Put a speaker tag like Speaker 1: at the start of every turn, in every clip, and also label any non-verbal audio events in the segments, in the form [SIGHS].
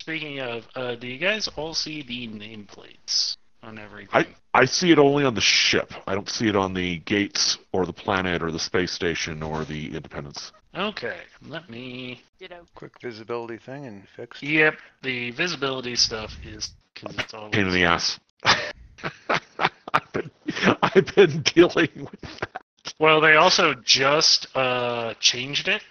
Speaker 1: Speaking of, uh, do you guys all see the nameplates on
Speaker 2: I,
Speaker 1: everything?
Speaker 2: I see it only on the ship. I don't see it on the gates or the planet or the space station or the Independence.
Speaker 1: Okay, let me.
Speaker 3: Ditto.
Speaker 4: Quick visibility thing and fixed.
Speaker 1: Yep, the visibility stuff is because it's all.
Speaker 2: Pain in the ass. [LAUGHS] I've, been, I've been dealing with
Speaker 1: Well, they also just uh, changed it,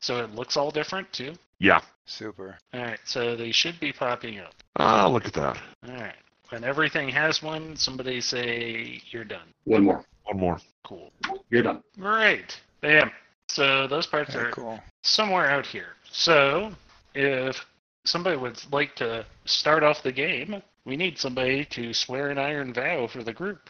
Speaker 1: so it looks all different too.
Speaker 2: Yeah.
Speaker 4: Super.
Speaker 1: All right, so they should be popping up.
Speaker 2: Ah, look at that.
Speaker 1: All right, when everything has one, somebody say you're done.
Speaker 5: One more.
Speaker 2: One more.
Speaker 1: Cool.
Speaker 5: You're done.
Speaker 1: Great. Bam. So those parts
Speaker 4: Very
Speaker 1: are
Speaker 4: cool.
Speaker 1: somewhere out here. So if somebody would like to start off the game, we need somebody to swear an iron vow for the group.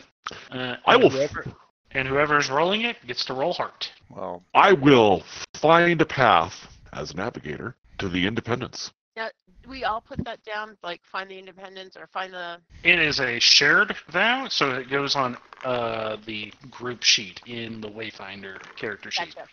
Speaker 1: Uh,
Speaker 2: I
Speaker 1: and
Speaker 2: will-
Speaker 1: Whoever, and whoever's rolling it gets to roll heart.
Speaker 4: Well,
Speaker 2: I will find a path as navigator to the Independence.
Speaker 3: We all put that down, like find the independence or find the.
Speaker 1: It is a shared vow, so it goes on uh, the group sheet in the Wayfinder character sheet.
Speaker 3: Gotcha.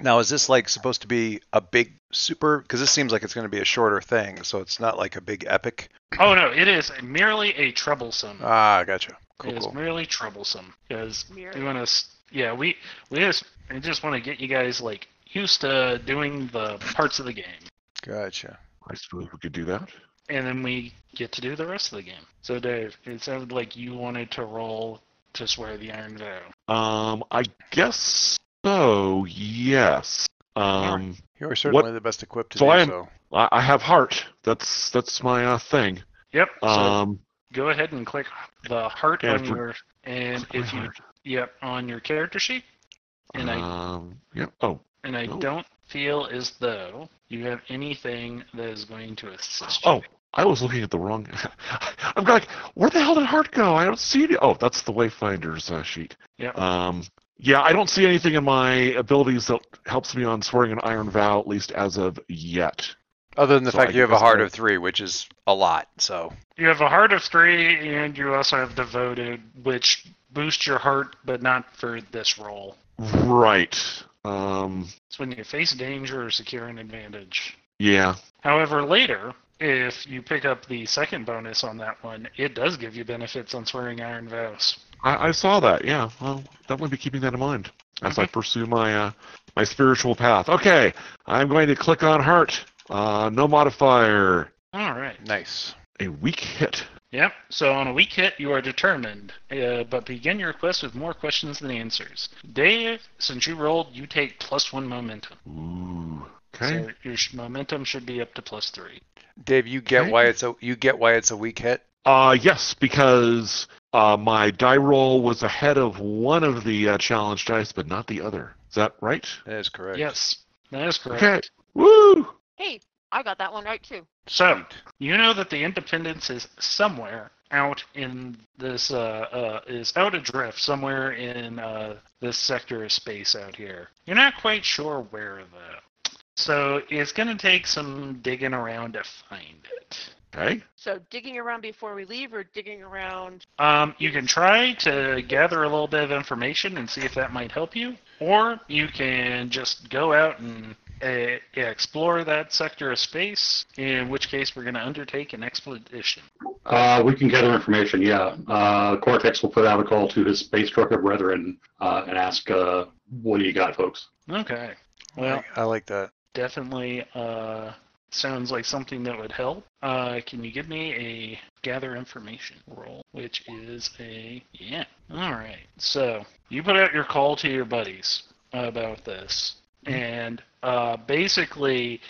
Speaker 4: now is this like supposed to be a big super? Because this seems like it's going to be a shorter thing, so it's not like a big epic.
Speaker 1: Oh no, it is merely a troublesome.
Speaker 4: Ah, gotcha. Cool,
Speaker 1: it is
Speaker 4: cool.
Speaker 1: merely troublesome because we
Speaker 3: Merely.
Speaker 1: want to yeah we we just I just want to get you guys like used to doing the parts of the game
Speaker 4: Gotcha.
Speaker 2: I suppose we could do that.
Speaker 1: and then we get to do the rest of the game so dave it sounded like you wanted to roll to swear the iron vow
Speaker 2: Um, I guess so. Yes. Um,
Speaker 4: You are certainly the best equipped to
Speaker 2: So
Speaker 4: do
Speaker 2: I am-
Speaker 4: so.
Speaker 2: I, I have heart. That's that's my uh, thing.
Speaker 1: yep so
Speaker 2: Um,
Speaker 1: go ahead and click the heart
Speaker 2: Yeah,
Speaker 1: on
Speaker 2: for-
Speaker 1: your and
Speaker 2: click my
Speaker 1: if you
Speaker 2: heart.
Speaker 1: yep on your character sheet and I-
Speaker 2: um, yeah. Oh,
Speaker 1: and i
Speaker 2: Oh.
Speaker 1: don't feel as though you have anything that is going to assist you
Speaker 2: oh, I was looking at the wrong. [LAUGHS] I'm like, where the hell did heart go? I don't see it. Oh, that's the wayfinder's uh, sheet.
Speaker 1: Yeah.
Speaker 2: Um, yeah, I don't see anything in my abilities that helps me on swearing an iron vow, at least as of yet.
Speaker 4: Other than the
Speaker 2: So I
Speaker 4: fact you have a
Speaker 2: guess
Speaker 4: heart
Speaker 2: I-
Speaker 4: of three, which is a lot. So
Speaker 1: You have a heart of three, and you also have devoted, which boosts your heart, but not for this roll.
Speaker 2: Right. Um,
Speaker 1: It's when you face danger or secure an advantage.
Speaker 2: yeah.
Speaker 1: However, later, if you pick up the second bonus on that one, it does give you benefits on swearing iron vows.
Speaker 2: I, I saw that. Yeah. Well, definitely be keeping that in mind as I pursue my uh, my spiritual path. Okay, I'm going to click on heart. Uh, no modifier.
Speaker 1: All right.
Speaker 4: nice.
Speaker 2: A weak hit.
Speaker 1: Yep. So on a weak hit, you are determined, uh, but begin your quest with more questions than answers. Dave, since you rolled, you take plus one momentum.
Speaker 2: Ooh. Okay.
Speaker 1: So your sh- momentum should be up to plus three.
Speaker 4: Dave, you get
Speaker 2: Okay.
Speaker 4: why it's a you get why it's a weak hit.
Speaker 2: Uh, yes, because uh, my die roll was ahead of one of the uh, challenge dice, but not the other. Is that right?
Speaker 4: That is correct.
Speaker 1: Yes, that is correct.
Speaker 2: Okay. Woo!
Speaker 3: Hey, I got that one right too.
Speaker 1: So you know that the Independence is somewhere out in this uh, uh, is out adrift somewhere in uh, this sector of space out here. You're not quite sure where though, so it's going to take some digging around to find it.
Speaker 2: Okay.
Speaker 3: So digging around before we leave, or digging around.
Speaker 1: Um, you can try to gather a little bit of information and see if that might help you, or you can just go out and uh, explore that sector of space. In which case, we're going to undertake an expedition.
Speaker 5: Uh, we can gather information, yeah. Uh, Cortex will put out a call to his space trucker brethren uh, and ask, uh, what do you got, folks?
Speaker 1: Okay.
Speaker 4: I-
Speaker 1: Well,
Speaker 4: I, like that.
Speaker 1: definitely uh, sounds like something that would help. Uh, can you give me a gather information roll, which is a yeah. All right. So you put out your call to your buddies about this, and uh, basically,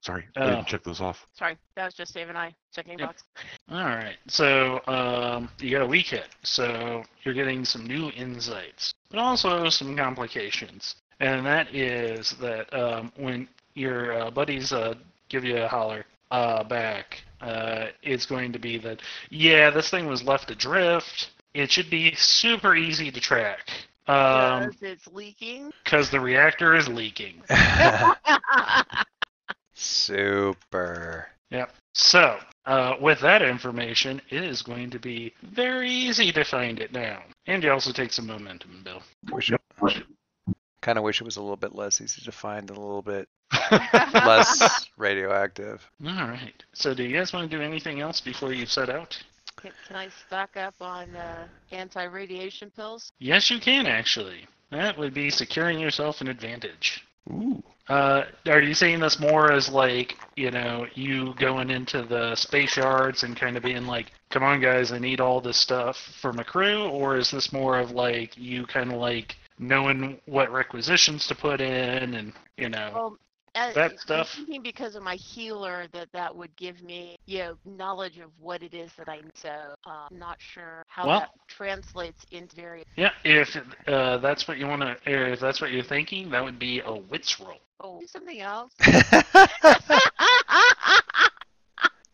Speaker 2: Sorry, I
Speaker 1: Oh.
Speaker 2: didn't check those off.
Speaker 3: Sorry, that was just Dave and I checking a
Speaker 1: Yep.
Speaker 3: box.
Speaker 1: all right. So um, you got a weak hit, so you're getting some new insights, but also some complications, and that is that um, when your uh, buddies uh, give you a holler uh, back, uh, it's going to be that, yeah, this thing was left adrift. It should be super easy to track because
Speaker 3: Because it's
Speaker 1: [LAUGHS]
Speaker 3: leaking. [LAUGHS]
Speaker 1: the reactor is leaking.
Speaker 4: [LAUGHS] Super.
Speaker 1: So, uh, with that information, it is going to be very easy to find it now. And you also take some momentum, Bill.
Speaker 4: We should
Speaker 2: Yep.
Speaker 4: Kind of wish it was a little bit less easy to find and a
Speaker 1: [LAUGHS]
Speaker 4: little bit less radioactive. [LAUGHS]
Speaker 1: All right. So, do you guys want to do anything else before you set out?
Speaker 3: Can, can I stock up on uh, anti-radiation pills?
Speaker 1: Yes, you can actually. That would be securing yourself an advantage.
Speaker 2: Ooh.
Speaker 1: Uh, are you seeing this more as like you know you going into the space yards and kind of being like, "Come on, guys, I need all this stuff for my crew," or is this more of like you kind of like knowing what requisitions to put in and you know?
Speaker 3: Well, uh,
Speaker 1: Oh. That
Speaker 3: I'm
Speaker 1: stuff.
Speaker 3: thinking because of my healer that that would give me you know knowledge of what it is that I need. So uh, I'm not sure how
Speaker 1: Well-
Speaker 3: that translates into various.
Speaker 1: Yeah, if uh, that's what you want to, if that's what you're thinking, that would be a wits roll.
Speaker 3: Oh, do something else.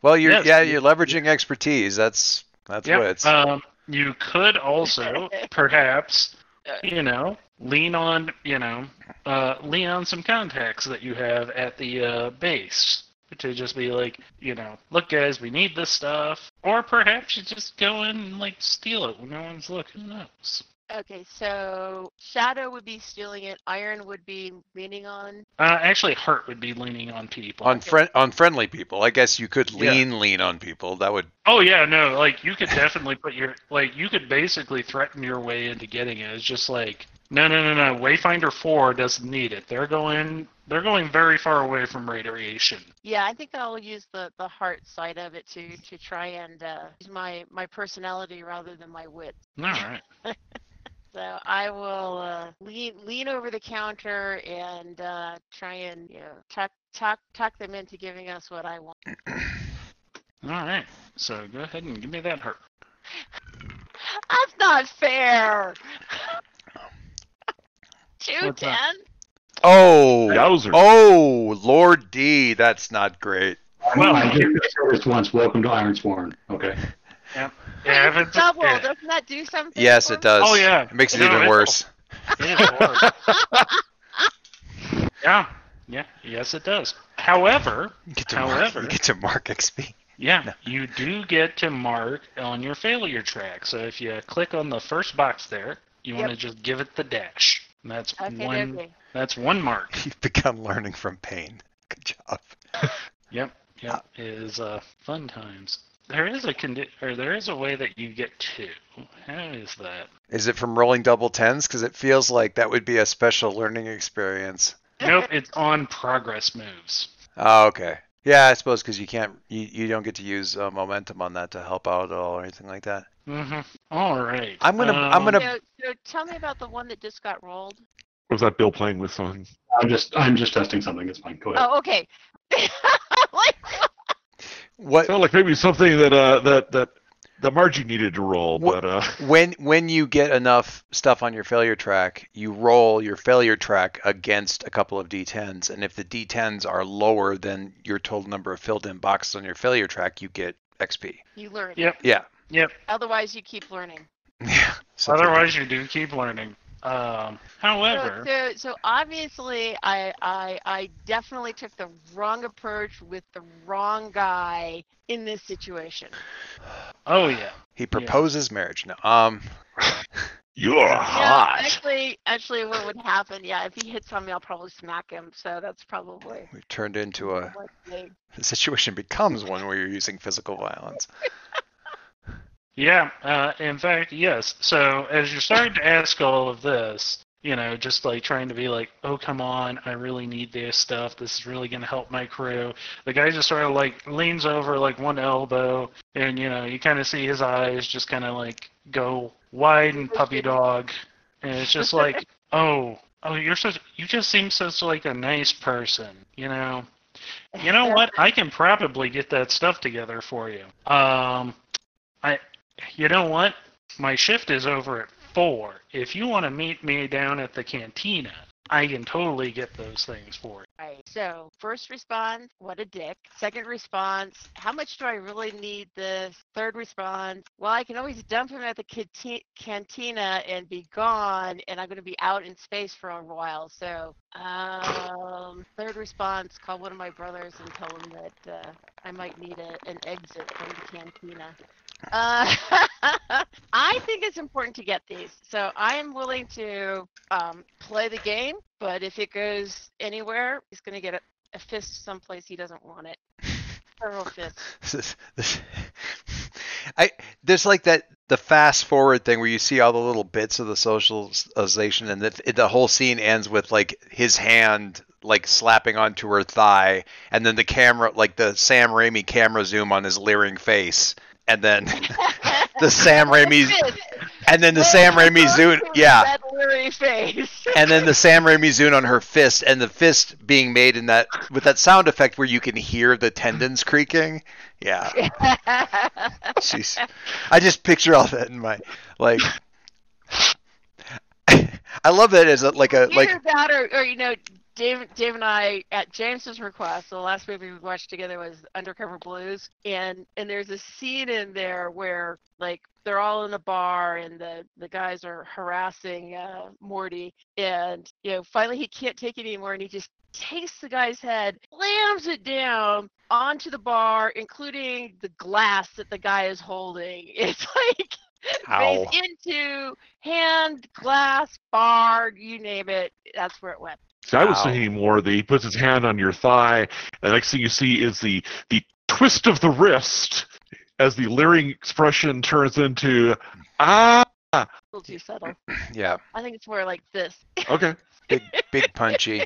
Speaker 4: well, you're
Speaker 1: Yes.
Speaker 4: yeah, you're leveraging expertise. That's that's
Speaker 1: Yep,
Speaker 4: what it's.
Speaker 1: Um, you could also, perhaps, you know, lean on, you know, uh, lean on some contacts that you have at the uh, base to just be like, you know, look, guys, we need this stuff. Or perhaps you just go in and like steal it when no one's looking. Who knows?
Speaker 3: okay, so Shadow would be stealing it. Iron would be leaning on.
Speaker 1: Uh, actually, Hart would be leaning on people.
Speaker 4: on friend on friendly people, I guess you could
Speaker 1: Yeah.
Speaker 4: lean lean on people. That would
Speaker 1: Oh yeah, no, like you could definitely put your like you could basically threaten your way into getting it. It's just like no no no no, Wayfinder four doesn't need it. They're going they're going very far away from radiation.
Speaker 3: Yeah, I think I'll use the the heart side of it to to try and uh, use my my personality rather than my wit.
Speaker 1: Alright.
Speaker 3: So I will uh, lean lean over the counter and uh, try and you know talk talk talk them into giving us what I want. [LAUGHS]
Speaker 1: Alright. So go ahead and give me that hurt.
Speaker 3: That's not fair. [LAUGHS] Two
Speaker 1: What's
Speaker 3: ten.
Speaker 1: that?
Speaker 4: Oh,
Speaker 2: Yowzer.
Speaker 4: oh, Lord D, that's not great.
Speaker 1: Well-
Speaker 5: I did this first once. Welcome to Iron Sworn. Okay.
Speaker 1: Yeah, if it's,
Speaker 3: Double.
Speaker 1: yeah,
Speaker 3: Doesn't that do something?
Speaker 4: Yes,
Speaker 3: for
Speaker 4: it does.
Speaker 1: Oh, yeah.
Speaker 4: it makes it
Speaker 1: No,
Speaker 4: even
Speaker 1: it's-
Speaker 4: worse.
Speaker 1: it is hard. yeah. Yeah. Yes it does. However,
Speaker 4: You get to
Speaker 1: However-
Speaker 4: mark, you get to mark [LAUGHS] XP.
Speaker 1: Yeah, you do get to mark on your failure track. So if you click on the first box there, you want to just give it the dash. And that's
Speaker 3: me? Okay,
Speaker 1: one.
Speaker 3: okay.
Speaker 1: That's one mark.
Speaker 4: You've begun learning from pain. Good job.
Speaker 1: Yep.
Speaker 4: Ah.
Speaker 1: Yep. Is uh, fun times. There is a condi- or there is a way that you get two. How is
Speaker 3: [LAUGHS]
Speaker 1: that?
Speaker 4: Is it from rolling double tens? Because it feels like that would be a special learning experience.
Speaker 1: nope, it's on progress moves.
Speaker 4: Oh, okay. Yeah, I suppose because you can't, you, you don't get to use uh, momentum on that to help out at all or anything like that.
Speaker 1: Mm-hmm. All right.
Speaker 4: I'm gonna- I'm
Speaker 1: Um,
Speaker 4: gonna-
Speaker 3: So, so tell me about the one that just got rolled.
Speaker 2: Was that Bill playing with something?
Speaker 5: I'm just I'm just testing something. It's fine. Go ahead.
Speaker 3: Oh, okay. [LAUGHS] like,
Speaker 4: What
Speaker 2: Sounded like maybe something that uh that that that Margie needed to roll,
Speaker 4: What-
Speaker 2: but uh [LAUGHS]
Speaker 4: when when you get enough stuff on your failure track, you roll your failure track against a couple of d10s, and if the d10s are lower than your total number of filled-in boxes on your failure track, you get XP.
Speaker 3: you learn.
Speaker 1: Yep.
Speaker 4: Yeah. [LAUGHS]
Speaker 3: Otherwise, you keep learning.
Speaker 4: Yeah.
Speaker 3: Oh.
Speaker 4: Something-
Speaker 1: Otherwise, you do keep learning. Um,
Speaker 3: So,
Speaker 1: however,
Speaker 3: so, so obviously, I, I, I definitely took the wrong approach with the wrong guy in this situation.
Speaker 1: oh yeah.
Speaker 4: he proposes marriage. No. Um.
Speaker 2: you're
Speaker 3: Yeah,
Speaker 2: hot.
Speaker 3: actually, actually, what would happen? Yeah, if he hits on me, I'll probably smack him. So that's probably
Speaker 4: We've turned into a
Speaker 3: what they.
Speaker 4: the situation becomes one where you're using physical violence. [LAUGHS]
Speaker 1: Yeah, uh, in fact, yes. So as you're starting to ask all of this, you know, just like trying to be like, oh, come on, I really need this stuff. This is really going to help my crew. The guy just sort of like leans over like one elbow, and you know, you kind of see his eyes just kind of like go wide and puppy dog. And it's just like, oh, oh, you're such, you just seem such like a nice person, you know? You know what? I can probably get that stuff together for you. Um, I, you know what? My shift is over at four. If you want to meet me down at the cantina, I can totally get those things for you.
Speaker 3: Right. So first response, what a dick. Second response, how much do I really need this? Third response, well, I can always dump him at the canti- cantina and be gone, and I'm going to be out in space for a while. So um, third response, call one of my brothers and tell him that uh, I might need a, an exit from the cantina. [LAUGHS] Uh, I think it's important to get these, so I am willing to um, play the game, but if it goes anywhere, he's going to get a, a fist someplace he doesn't want it.
Speaker 4: [LAUGHS]
Speaker 3: Feral fist.
Speaker 4: This is- this- I there's like that the fast forward thing where you see all the little bits of the socialization and the, the whole scene ends with like his hand like slapping onto her thigh and then the camera like the Sam Raimi camera zoom on his leering face and then [LAUGHS] the Sam Raimi
Speaker 3: Fist.
Speaker 4: and then the
Speaker 3: Well,
Speaker 4: Sam
Speaker 3: I
Speaker 4: Raimi
Speaker 3: thought
Speaker 4: zoom
Speaker 3: it was
Speaker 4: yeah
Speaker 3: That leery face.
Speaker 4: and then the Sam Raimi zoom on her fist, and the fist being made in that with that sound effect where you can hear the tendons creaking. Yeah, she's. I just picture all that in my like. I love that as a like a
Speaker 3: Either
Speaker 4: like
Speaker 3: that or, or you know, Dave, Dave and I at James's request, the last movie we watched together was Undercover Blues, and and there's a scene in there where like they're all in a bar and the the guys are harassing uh, Morty, and you know finally he can't take it anymore and he just takes the guy's head, slams it down onto the bar, including the glass that the guy is holding. [LAUGHS] It's like
Speaker 4: Ow.
Speaker 3: Raised into hand, glass, bar, you name it. That's where it went.
Speaker 2: See, I was
Speaker 4: Wow.
Speaker 2: thinking more that he puts his hand on your thigh, and the next thing you see is the the twist of the wrist as the leering expression turns into ah.
Speaker 3: A little too subtle.
Speaker 4: yeah
Speaker 3: I think it's more like this.
Speaker 2: Okay,
Speaker 4: big punchy.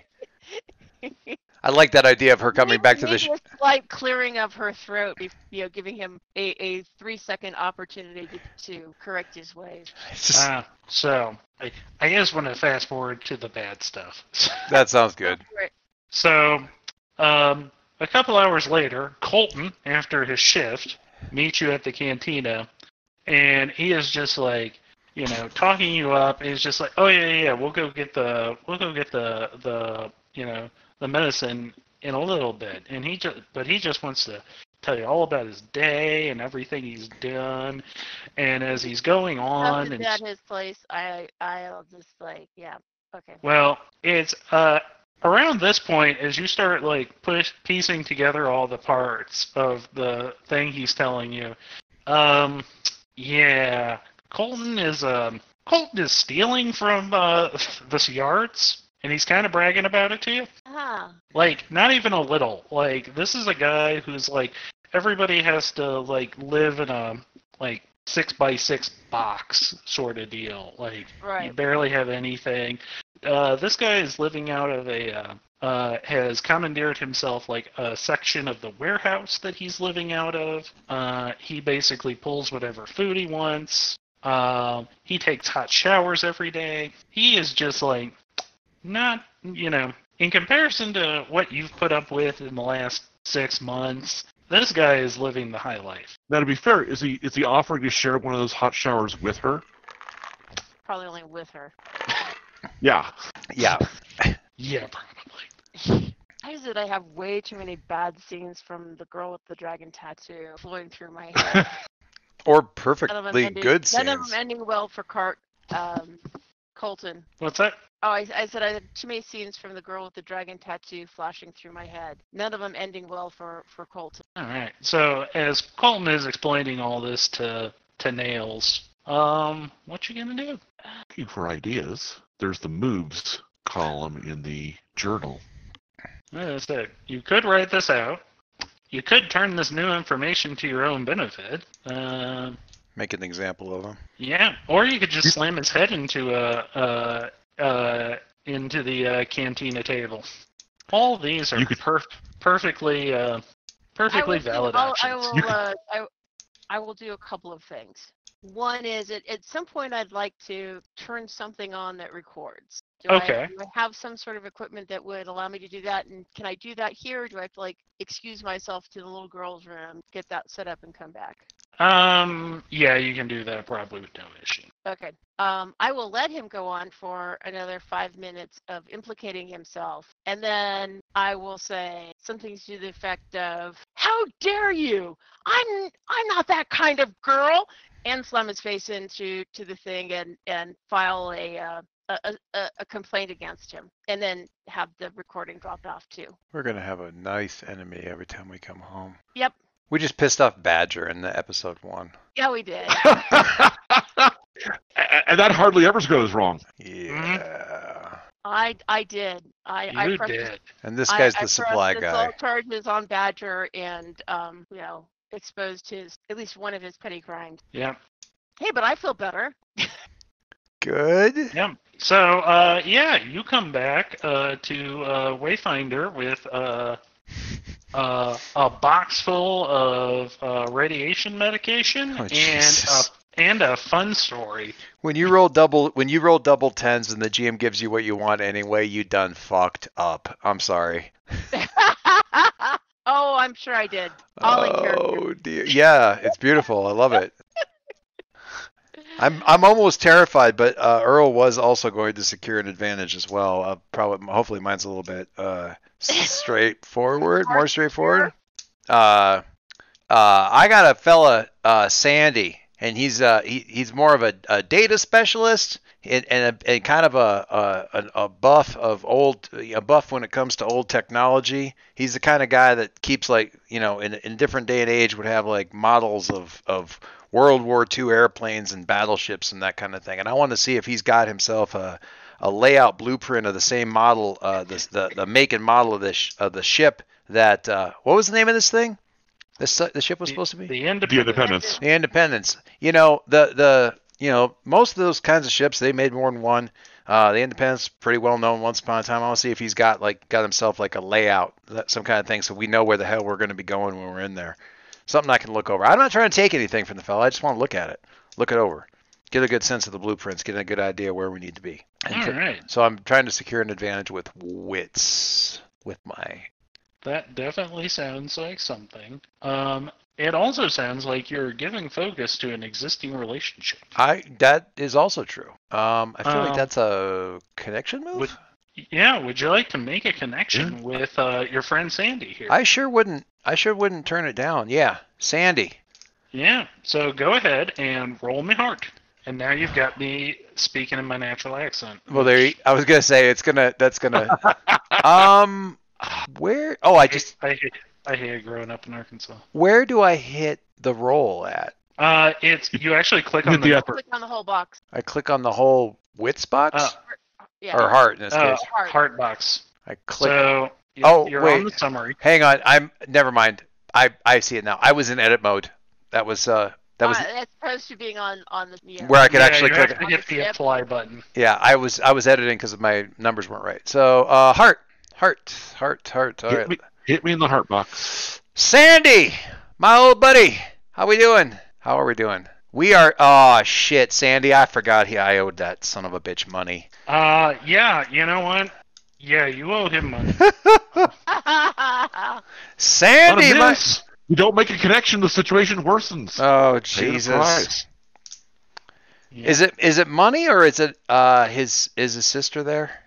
Speaker 4: I like that idea of her coming
Speaker 3: Maybe-
Speaker 4: back to the.
Speaker 3: maybe
Speaker 4: Sh-
Speaker 3: a slight clearing of her throat, be- you know, giving him a, a three second opportunity to, to correct his ways.
Speaker 4: it's just-
Speaker 1: Uh, so I, I just want to fast forward to the bad stuff. [LAUGHS]
Speaker 4: that sounds good.
Speaker 1: So, um, a couple hours later, Colton, after his shift, meets you at the cantina, and he is just like, you know, talking you up. He's just like, oh yeah, yeah, yeah, we'll go get the, we'll go get the, the, you know, the medicine in a little bit. And he just, but he just wants to tell you all about his day and everything he's done. And as he's going on,
Speaker 3: After
Speaker 1: and
Speaker 3: that, his place, I, I'll just like, yeah, okay.
Speaker 1: Well, it's uh, around this point as you start like push piecing together all the parts of the thing he's telling you. Um, yeah, Colton is um, Colton is stealing from uh, [LAUGHS] the yards, and he's kind of bragging about it to you.
Speaker 3: Ah,
Speaker 1: Like, not even a little. Like, this is a guy who's like everybody has to like live in a like six by six box sort of deal. Like you
Speaker 3: right.
Speaker 1: barely have anything. Uh, this guy is living out of a uh, uh, has commandeered himself like a section of the warehouse that he's living out of. Uh, he basically pulls whatever food he wants. Um, he takes hot showers every day. He is just like not you know in comparison to what you've put up with in the last six months. This guy is living the high life.
Speaker 2: now to be fair, is he is he offering to share one of those hot showers with her?
Speaker 3: Probably only with her.
Speaker 2: Yeah,
Speaker 4: Yeah,
Speaker 1: Yeah, probably.
Speaker 3: I said I have way too many bad scenes from the girl with the dragon tattoo flowing
Speaker 4: [LAUGHS]
Speaker 3: through my head.
Speaker 4: or
Speaker 3: None of them
Speaker 4: perfectly
Speaker 3: ending-
Speaker 4: good
Speaker 3: None of
Speaker 4: scenes.
Speaker 3: them ending well for Cart, um, Colton.
Speaker 1: What's that?
Speaker 3: Oh, I, I said I had too many scenes from the girl with the dragon tattoo flashing through my head. None of them ending well for for Colton.
Speaker 1: All right. So as Colton is explaining all this to to Nails, um, what you gonna do?
Speaker 2: looking for ideas. There's the moves column in the
Speaker 4: [LAUGHS]
Speaker 2: journal.
Speaker 1: Well, That's it. You could write this out. You could turn this new information to your own benefit. Um,
Speaker 4: Make an example of him.
Speaker 1: yeah. Or you could just slam his head into a, a, a into the uh, cantina table. All these are
Speaker 2: You could-
Speaker 1: perf- perfectly uh, perfectly
Speaker 3: I will do-
Speaker 1: valid
Speaker 3: I'll-
Speaker 1: options.
Speaker 3: I
Speaker 1: [LAUGHS]
Speaker 2: You
Speaker 3: will,
Speaker 2: can-
Speaker 3: uh, I, I will do a couple of things. One is at, at some point I'd like to turn something on that records. Do I,
Speaker 1: Okay.
Speaker 3: do I have some sort of equipment that would allow me to do that? And can I do that here? Or do I have to like excuse myself to the little girl's room, get that set up, and come back?
Speaker 1: Um, yeah, you can do that probably with no issue.
Speaker 3: Okay. Um, I will let him go on for another five minutes of implicating himself, and then I will say something to the effect of, "How dare you? I'm I'm not that kind of girl," and slam his face into to the thing and and file a uh, a, a- a, a complaint against him, and then have the recording dropped off too.
Speaker 4: We're gonna have a nice enemy every time we come home.
Speaker 3: Yep.
Speaker 4: We just pissed off Badger in the episode one.
Speaker 3: Yeah, we did. Mm-hmm.
Speaker 2: A- a- and that hardly ever goes wrong.
Speaker 4: Yeah.
Speaker 3: I I did. I I
Speaker 1: You
Speaker 3: pressed this-
Speaker 1: did.
Speaker 4: And this
Speaker 3: I-
Speaker 4: guy's
Speaker 3: I
Speaker 4: the supply
Speaker 3: pressed assault
Speaker 4: guy.
Speaker 3: charges on Badger and um you know exposed his at least one of his petty crimes.
Speaker 1: Yeah.
Speaker 3: Hey, but I feel better. [LAUGHS]
Speaker 4: Good.
Speaker 1: Yeah. So uh, yeah, you come back uh, to uh, Wayfinder with uh, uh, a box full of uh, radiation medication
Speaker 4: Oh,
Speaker 1: and a,
Speaker 4: Jesus.
Speaker 1: and a fun story.
Speaker 4: When you roll double, when you roll double tens and the GM gives you what you want anyway, you done fucked up. I'm sorry.
Speaker 3: oh, I'm sure I did. All in character.
Speaker 4: oh dear. Yeah, it's beautiful. I love it. Oh, I'm I'm almost terrified, but uh, Earl was also going to secure an advantage as well. Uh, probably, hopefully, mine's a little bit uh, s- straightforward, more straightforward. Uh, uh, I got a fella, uh, Sandy, and he's uh, he, he's more of a, a data specialist and and, a, and kind of a, a an- a buff of old a buff when it comes to old technology. He's the kind of guy that keeps like you know in in a different day and age would have like models of of World War II airplanes and battleships and that kind of thing. And I want to see if he's got himself a, a layout blueprint of the same model, uh, this, the the make and model of this sh- of the ship that uh, what was the name of this thing? This the ship was
Speaker 1: The-
Speaker 4: supposed to be
Speaker 1: The
Speaker 4: [LAUGHS]
Speaker 2: The
Speaker 1: independent.
Speaker 2: Independence.
Speaker 4: the Independence. You know, the the you know most of those kinds of ships they made more than one. Uh, the Independence pretty well known once upon a time. I want to see if he's got like got himself like a layout, that- some kind of thing, so we know where the hell we're going to be going when we're in there. Something I can look over. I'm not trying to take anything from the fella. I just want to look at it, look it over, get a good sense of the blueprints, get a good idea where we need to be. And
Speaker 1: [LAUGHS] All
Speaker 4: so-
Speaker 1: right,
Speaker 4: So I'm trying to secure an advantage with wits, with my
Speaker 1: that definitely sounds like something. Um, it also sounds like you're giving focus to an existing relationship.
Speaker 4: I that is also true. Um, I feel like
Speaker 1: Um,
Speaker 4: that's a connection move.
Speaker 1: would- Yeah, would you like to make a connection with uh, your friend Sandy here?
Speaker 4: I sure wouldn't. I sure wouldn't turn it down. Yeah, Sandy.
Speaker 1: Yeah, so go ahead and roll me hard. And now you've got me speaking in my natural accent.
Speaker 4: Well, there. You, I was gonna say it's gonna. That's [LAUGHS] gonna. um, where? Oh, I just.
Speaker 1: I hate, I hate growing up in Arkansas.
Speaker 4: Where do I hit the roll at?
Speaker 1: Uh, it's you actually click
Speaker 2: Hit
Speaker 1: on the,
Speaker 2: the
Speaker 1: upper
Speaker 3: [LAUGHS] Click on the whole box.
Speaker 4: I click on the whole wits box
Speaker 1: Uh,
Speaker 3: Oh, Yeah. Oh,
Speaker 4: or heart in this
Speaker 1: uh,
Speaker 4: case.
Speaker 3: Heart.
Speaker 1: heart box.
Speaker 4: I click.
Speaker 1: So y-
Speaker 4: Oh,
Speaker 1: you're
Speaker 4: wait.
Speaker 1: on the summary.
Speaker 4: Hang on. I'm. Never mind. I. I see it now. I was in edit mode. That was. Uh. That was
Speaker 3: Uh, as opposed to being on on the yeah.
Speaker 4: where I could
Speaker 1: Yeah,
Speaker 4: actually
Speaker 1: you
Speaker 4: click.
Speaker 1: actually hit the apply button.
Speaker 4: Yeah. I was. I was editing because my numbers weren't right. So uh, heart, heart, heart, heart. All
Speaker 2: Hit
Speaker 4: right.
Speaker 2: me- Hit me in the heart box.
Speaker 4: Sandy, my old buddy, how we doing? How are we doing? We are. Oh shit, Sandy, I forgot he I owed that son of a bitch money.
Speaker 1: Uh, yeah, you know what? Yeah, you owe him money.
Speaker 2: Not
Speaker 3: [LAUGHS]
Speaker 2: a
Speaker 4: Sandy, my.
Speaker 2: miss. You don't make a connection, the situation worsens.
Speaker 4: Oh
Speaker 2: Pay the
Speaker 4: Jesus.
Speaker 2: price.
Speaker 1: Yeah.
Speaker 4: Is it is it money or is it uh his is his sister there?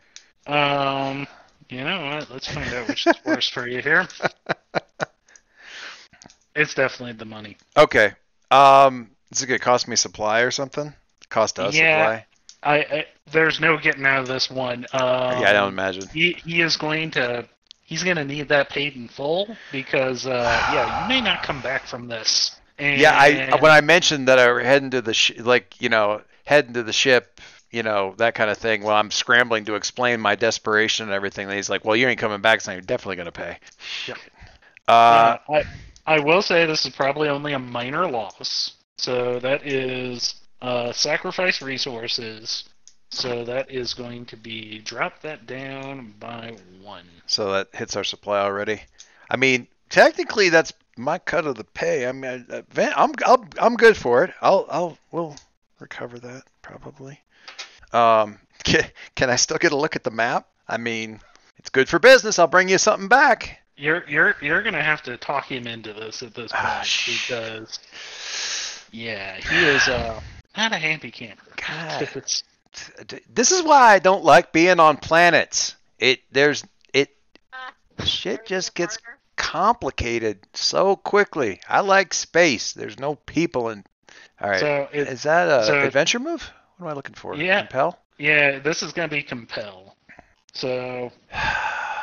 Speaker 1: Um, you know what? Let's find out which is worse for you
Speaker 4: [LAUGHS]
Speaker 1: here. It's definitely the money.
Speaker 4: Okay. Um, is it gonna cost me supply or something? Cost us
Speaker 1: Yeah.
Speaker 4: supply?
Speaker 1: I, I there's no getting out of this one. Um,
Speaker 4: yeah, I don't imagine.
Speaker 1: He he is going to he's going to need that paid in full because uh, yeah, you may not come back from this. And
Speaker 4: Yeah, I when I mentioned that I were heading to the sh- like you know heading to the ship, you know that kind of thing. Well, I'm scrambling to explain my desperation and everything. And he's like, "Well, you ain't coming back, so you're definitely gonna pay."
Speaker 1: Yep.
Speaker 4: Uh,
Speaker 1: Uh, I I will say this is probably only a minor loss. So that is uh, sacrifice resources. So that is going to be drop that down by one.
Speaker 4: so that hits our supply already. I mean, technically, that's my cut of the pay. I mean, I, I- I'm I'll, I'm good for it. I'll I'll we'll recover that probably. Um, [LAUGHS] can, can I still get a look at the map? I mean, it's good for business. I'll bring you something back.
Speaker 1: You're you're you're gonna have to talk him into this at this point
Speaker 4: Ah, sh-
Speaker 1: because yeah, he is uh not a happy
Speaker 4: [LAUGHS]
Speaker 1: camper.
Speaker 4: God.
Speaker 1: It's-
Speaker 4: this is why I don't like being on planets. It there's it shit just gets
Speaker 3: [LAUGHS]
Speaker 4: complicated so quickly. I like space. There's no people in. All right,
Speaker 1: So it,
Speaker 4: is that a
Speaker 1: so-
Speaker 4: adventure move? What am I looking for?
Speaker 1: Yeah.
Speaker 4: Compel.
Speaker 1: yeah, this is gonna be compel. So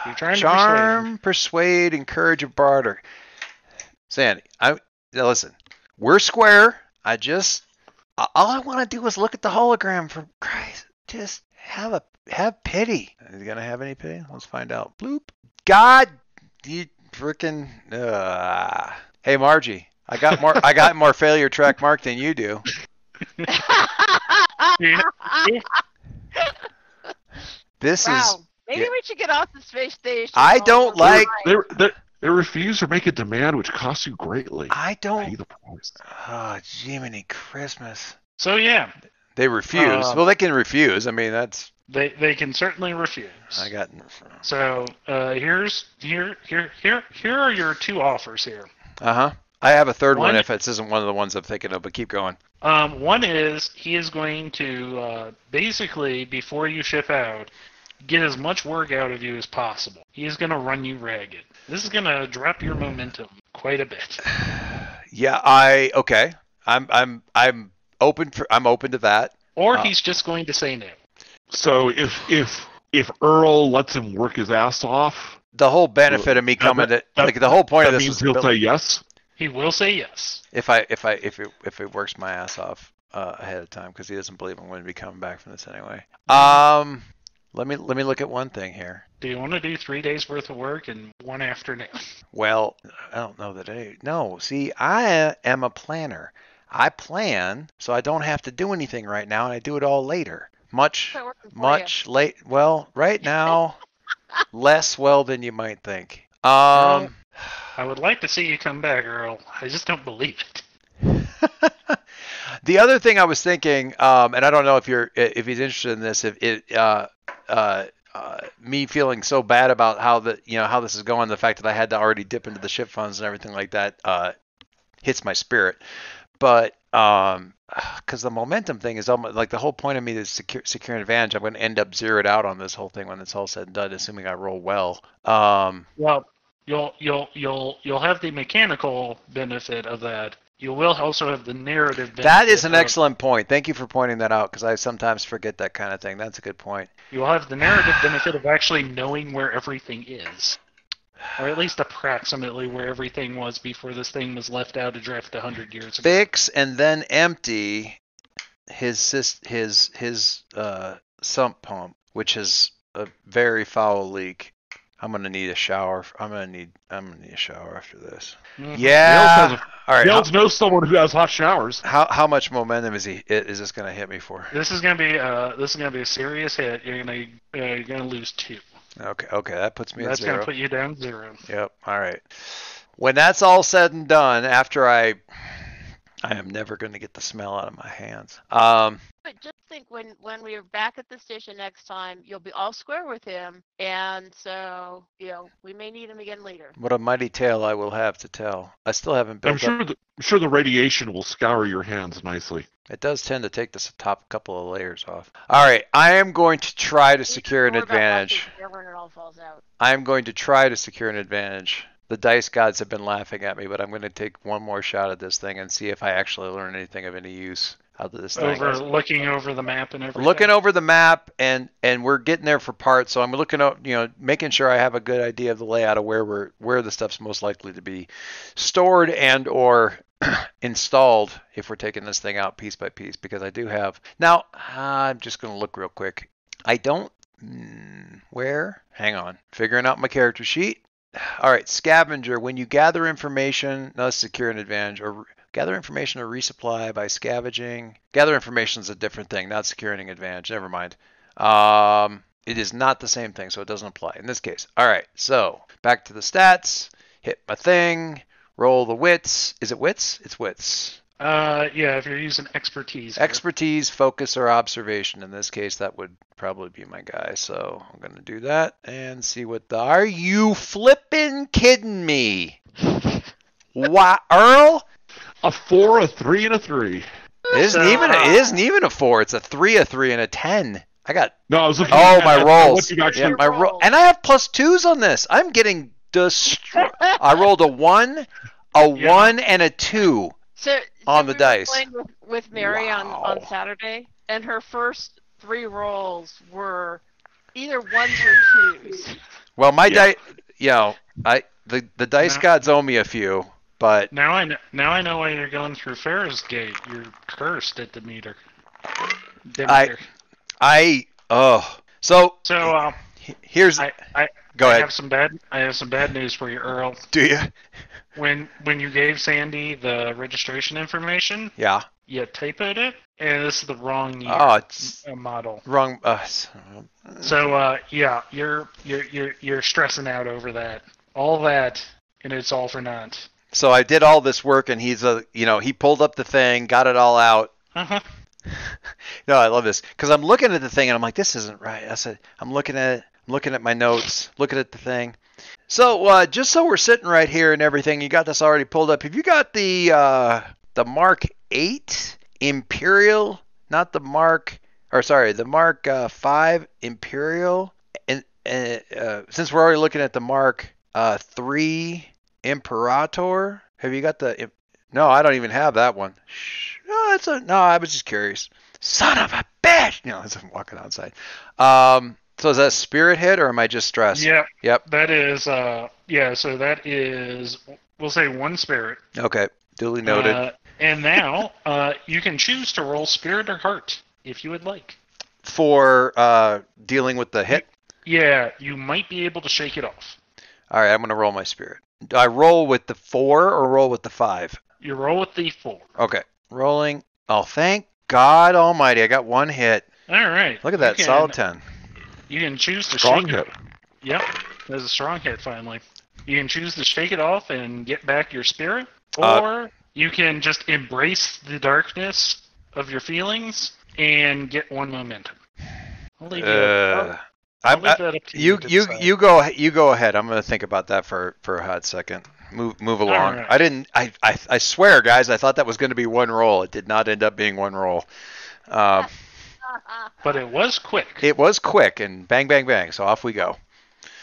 Speaker 1: you're trying to
Speaker 4: Charm, persuade, encourage, and barter. Sandy, I now listen. We're square. I just a- all I want to do is look at the hologram for Christ. Just Have a have pity. Is he gonna have any pity? Let's find out. Bloop. God, you freaking. Uh. Hey Margie, I got more. I got more failure track mark than you do. This
Speaker 3: wow.
Speaker 4: is.
Speaker 3: Maybe
Speaker 4: yeah.
Speaker 3: we should get off the space station.
Speaker 4: I
Speaker 3: All
Speaker 4: don't
Speaker 3: the
Speaker 4: like-
Speaker 3: time.
Speaker 2: They, they, they refuse or make a demand which costs you greatly.
Speaker 4: I
Speaker 2: Pay
Speaker 4: don't.
Speaker 2: the price.
Speaker 4: Oh, Jiminy Christmas.
Speaker 1: So yeah,
Speaker 4: They refuse.
Speaker 1: Um,
Speaker 4: well, they can refuse. I mean, that's.
Speaker 1: they they can certainly refuse.
Speaker 4: I got.
Speaker 1: So uh, here's here here here here are your two offers here.
Speaker 4: Uh huh. I have a third one,
Speaker 1: One-
Speaker 4: if this isn't one of the ones I'm thinking of, but keep going.
Speaker 1: Um, one is he is going to uh, basically before you ship out, get as much work out of you as possible. He is going to run you ragged. This is going to drop your momentum quite a bit.
Speaker 4: Yeah, I okay. I'm I'm I'm open for I'm open to that.
Speaker 1: Or
Speaker 4: Uh.
Speaker 1: he's just going to say no.
Speaker 2: So if if if Earl lets him work his ass off,
Speaker 4: The whole benefit of me coming to
Speaker 2: that-
Speaker 4: like the whole point of
Speaker 2: that
Speaker 4: this
Speaker 2: means
Speaker 4: is
Speaker 2: he'll
Speaker 4: built-
Speaker 2: say yes.
Speaker 1: He will say yes.
Speaker 4: if I if I if it if it works my ass off uh, ahead of time because he doesn't believe I'm going to be coming back from this anyway. Um, let me let me look at one thing here.
Speaker 1: Do you want to do three days worth of work in one afternoon?
Speaker 4: Well, I don't know that I no. See, I am a planner. I plan so I don't have to do anything right now, and I do it all later. Much
Speaker 3: Quit working for you.
Speaker 4: much late well
Speaker 3: [LAUGHS]
Speaker 4: right now less well than you might think um
Speaker 1: I would like to see you come back, Earl. I just don't believe it.
Speaker 4: the other thing i was thinking um and i don't know if you're i- if he's interested in this if it uh uh uh, me feeling so bad about how the you know how this is going, the fact that I had to already dip into the ship funds and everything like that uh, hits my spirit. But um, because the momentum thing is almost like the whole point of me to secure secure an advantage, I'm going to end up zeroed out on this whole thing when it's all said and done, assuming I roll well. Um,
Speaker 1: Well, you'll you'll you'll you'll have the mechanical benefit of that. You will also have the narrative benefit.
Speaker 4: That is an
Speaker 1: of-
Speaker 4: excellent point. Thank you for pointing that out because I sometimes forget that kind of thing. That's a good point.
Speaker 1: You'll have the narrative benefit of actually knowing where everything is, or at least approximately where everything was before this thing was left out to drift a hundred years ago.
Speaker 4: Fix and then empty his sis- his his uh, sump pump, which is a very foul leak. I'm gonna need a shower. f- I'm gonna need I'm gonna need a shower after this.
Speaker 1: Mhm.
Speaker 4: Yeah.
Speaker 2: has
Speaker 4: All right. How,
Speaker 2: Dale's knows someone who has hot showers.
Speaker 4: how how much momentum is he i- is this gonna hit me for?
Speaker 1: This is gonna be uh this is gonna be a serious hit. You're gonna uh, you're gonna lose two.
Speaker 4: Okay. Okay. That puts me
Speaker 1: That's
Speaker 4: at 0
Speaker 1: gonna put you down zero.
Speaker 4: Yep. All right. When that's all said and done, after I, I am never going to get the smell out of my hands. Um,
Speaker 3: But just think when when we are back at the station next time, you'll be all square with him, and so you know we may need him again later.
Speaker 4: what a mighty tale I will have to tell. I still haven't built
Speaker 2: I'm sure
Speaker 4: up.
Speaker 2: the, I'm sure the radiation will scour your hands nicely.
Speaker 4: It does tend to take this top couple of layers off. All right. I am going to try to
Speaker 3: We
Speaker 4: secure an
Speaker 3: know about Buffy
Speaker 4: advantage.
Speaker 3: forever and it all falls out.
Speaker 4: I am going to try to secure an advantage. The dice gods have been laughing at me, but I'm going to take one more shot at this thing and see if I actually learn anything of any use out of this thing.
Speaker 1: Over looking over the map and everything.
Speaker 4: looking over the map and and we're getting there for parts so i'm looking up you know making sure i have a good idea of the layout of where we're where the stuff's most likely to be stored and or [CLEARS THROAT] installed if we're taking this thing out piece by piece because i do have now i'm just going to look real quick i don't mm, where hang on figuring out my character sheet all right scavenger when you gather information now let's secure an advantage or Gather information or resupply by scavenging. Gather information is a different thing, not securing advantage. Never mind. Um, it is not the same thing, so it doesn't apply in this case. All right, so back to the stats. Hit my thing. Roll the wits. Is it wits? It's wits.
Speaker 1: Uh yeah, if you're using expertise. here.
Speaker 4: Expertise, focus, or observation. In this case, that would probably be my guy. So I'm gonna do that and see what the. Are you flippin' kidding [LAUGHS] me? Why, Earl?
Speaker 2: A four, a three, and a three.
Speaker 4: It isn't
Speaker 1: So- uh,
Speaker 4: even. A, it isn't even a four. It's a three, a three, and a ten. I got.
Speaker 2: No, I was looking
Speaker 4: Oh,
Speaker 2: at-
Speaker 4: my
Speaker 2: at
Speaker 4: rolls.
Speaker 2: What you actually
Speaker 4: Yeah, my roll.
Speaker 3: roll.
Speaker 4: And I have plus twos on this. I'm getting destroyed. I rolled a one, a
Speaker 1: [LAUGHS] Yeah.
Speaker 4: one, and a two.
Speaker 3: So
Speaker 4: On
Speaker 3: so
Speaker 4: the
Speaker 3: we were
Speaker 4: dice.
Speaker 3: playing with, with Mary on
Speaker 4: Wow.
Speaker 3: on Saturday, and her first three rolls were either ones or twos.
Speaker 4: Well, my
Speaker 2: Yeah.
Speaker 4: dice. You know, I the the dice
Speaker 1: No.
Speaker 4: gods owe me a few, but
Speaker 1: Now I know, now I know why you're going through Ferris Gate. You're cursed at the meter.
Speaker 4: I I Oh, so
Speaker 1: So um,
Speaker 4: he- here's.
Speaker 1: I, I,
Speaker 4: go
Speaker 1: I
Speaker 4: ahead.
Speaker 1: have some bad I have some bad news for you, Earl.
Speaker 4: Do you?
Speaker 1: When when you gave Sandy the registration information,
Speaker 4: Yeah.
Speaker 1: you typoed it, and this is the wrong year
Speaker 4: Oh, it's
Speaker 1: uh, model.
Speaker 4: wrong. Uh, s-
Speaker 1: So uh, yeah, you're you're you're you're stressing out over that. All that, and it's all for naught.
Speaker 4: so I did all this work, and he's a. You know, he pulled up the thing, got it all out.
Speaker 1: Uh-huh.
Speaker 4: No, I love this because I'm looking at the thing and I'm like, this isn't right. I said, I'm looking at, I'm looking at my notes, looking at the thing. So uh, just so we're sitting right here and everything, you got this already pulled up. Have you got the uh, the Mark Eight Imperial, not the Mark, or sorry, the Mark uh, Five Imperial? And uh, uh, since we're already looking at the Mark uh, Three Imperator, have you got the? No, I don't even have that one. Shh. No, it's a, no, I was just curious son of a bitch you know as [LAUGHS] i'm walking outside um so is that a spirit hit or am i just stressed
Speaker 1: Yeah.
Speaker 4: Yep.
Speaker 1: That is uh yeah. So that is we'll say one spirit.
Speaker 4: okay duly noted
Speaker 1: Uh, and now uh, you can choose to roll spirit or heart if you would like.
Speaker 4: for uh dealing with the hit
Speaker 1: Yeah, you might be able to shake it off.
Speaker 4: all right i'm gonna roll my spirit do i roll with the four or roll with the five
Speaker 1: You roll with the four.
Speaker 4: okay rolling oh thank god almighty i got one hit
Speaker 1: All right.
Speaker 4: look at that
Speaker 1: you can,
Speaker 4: solid 10
Speaker 1: You can choose to
Speaker 2: Strong
Speaker 1: shake
Speaker 2: hit.
Speaker 1: it. Yep, there's a strong hit finally. You can choose to shake it off and get back your spirit, or
Speaker 4: Uh,
Speaker 1: you can just embrace the darkness of your feelings and get one momentum. I'll leave, you,
Speaker 4: uh,
Speaker 1: I'll, I'll
Speaker 4: I'm,
Speaker 1: leave
Speaker 4: I,
Speaker 1: that up to you.
Speaker 4: you
Speaker 1: to
Speaker 4: you
Speaker 1: decide.
Speaker 4: you go you go ahead i'm gonna think about that for for a hot second move move along
Speaker 1: right.
Speaker 4: i didn't I, I i swear guys i thought that was gonna be one roll it did not end up being one roll um
Speaker 1: [LAUGHS] But it was quick.
Speaker 4: it was quick and bang bang bang so off we go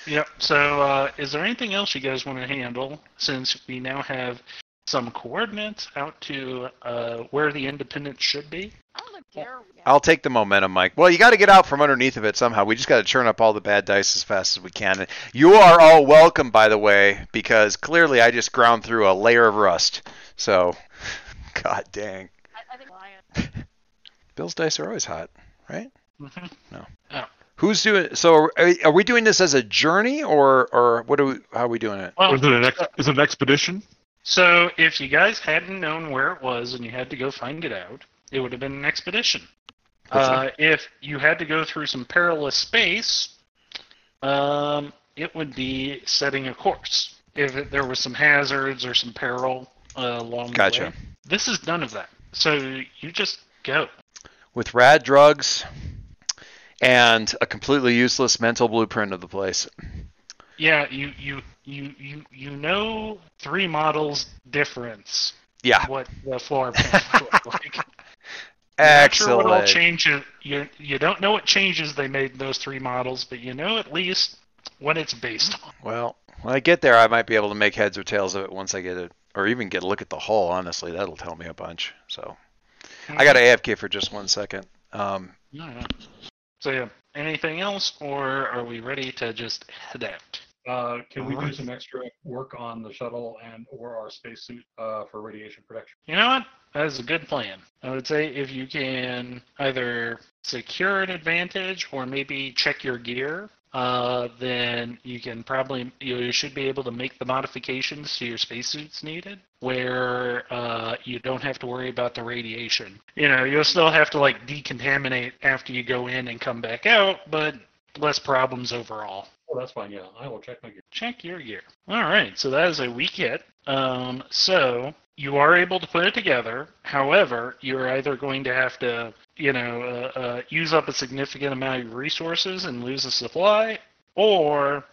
Speaker 1: Yep. So, uh, is there anything else you guys want to handle since we now have some coordinates out to uh, where the independence should be?
Speaker 3: I don't care.
Speaker 4: i'll take the momentum mike well you got to get out from underneath of it somehow we just got to churn up all the bad dice as fast as we can and you are all welcome by the way because clearly i just ground through a layer of rust so [LAUGHS] god dang
Speaker 3: I, I think Lion-
Speaker 4: [SIGHS] bill's dice are always hot
Speaker 1: Mhm.
Speaker 4: Who's doing? So are, we- are we doing this as a journey, or or what are we? How are we doing it?
Speaker 1: Well,
Speaker 2: Is it an ex- is it an expedition?
Speaker 1: So, if you guys hadn't known where it was and you had to go find it out, it would have been an expedition.
Speaker 4: What's
Speaker 1: Uh, if you had to go through some perilous space, um, it would be setting a course. If it, there was some hazards or some peril uh, along
Speaker 4: Gotcha.
Speaker 1: the way, this is none of that. So you just go.
Speaker 4: With rad drugs and a completely useless mental blueprint of the place.
Speaker 1: Yeah, you you you you you know three models difference
Speaker 4: Yeah.
Speaker 1: what the floor plan looked like. Not sure
Speaker 4: Excellent.
Speaker 1: what all changes you you don't know what changes they made in those three models, but you know at least what it's based on.
Speaker 4: well, when I get there, I might be able to make heads or tails of it once I get it, or even get a look at the hull. Honestly, that'll tell me a bunch. So I got to AFK for just one second. Um,
Speaker 1: Alright. So yeah, anything else, or are we ready to just head out?
Speaker 5: Uh, can we do
Speaker 2: Alright.
Speaker 5: some extra work on the shuttle and or our spacesuit uh, for radiation protection?
Speaker 1: You know what? That is a good plan. I would say if you can either secure an advantage or maybe check your gear, uh, then you can probably you should be able to make the modifications to your spacesuits needed, where uh, you don't have to worry about the radiation. You know, you'll still have to like decontaminate after you go in and come back out, but less problems overall
Speaker 5: Oh, that's fine. Yeah, I will check my gear.
Speaker 1: check your gear. All right, so that is a weak hit. Um, so you are able to put it together. However, you're either going to have to, you know, uh, uh, use up a significant amount of your resources and lose a supply, or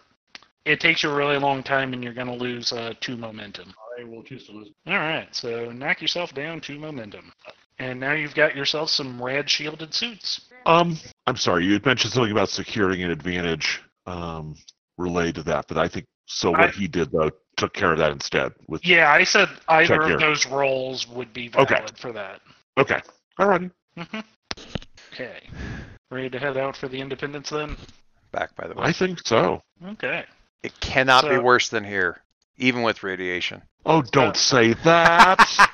Speaker 1: it takes you a really long time and you're going to lose uh, two momentum.
Speaker 5: I will choose to lose.
Speaker 1: All right, so knock yourself down two momentum. And now you've got yourself some rad shielded suits.
Speaker 2: Um, I'm sorry, you had mentioned something about securing an advantage um, related to that, but I think so. What
Speaker 1: I-
Speaker 2: he did though took care of that instead. With
Speaker 1: Yeah, I said either
Speaker 2: Check
Speaker 1: of
Speaker 2: your-
Speaker 1: those roles would be valid
Speaker 2: Okay.
Speaker 1: for that.
Speaker 2: okay, alrighty.
Speaker 1: Mhm. [LAUGHS] Okay. Ready to head out for the independence then?
Speaker 4: back by the way,
Speaker 2: I think so.
Speaker 1: Okay.
Speaker 4: it cannot be
Speaker 1: So-
Speaker 4: worse than here, even with radiation.
Speaker 2: Oh, don't say that.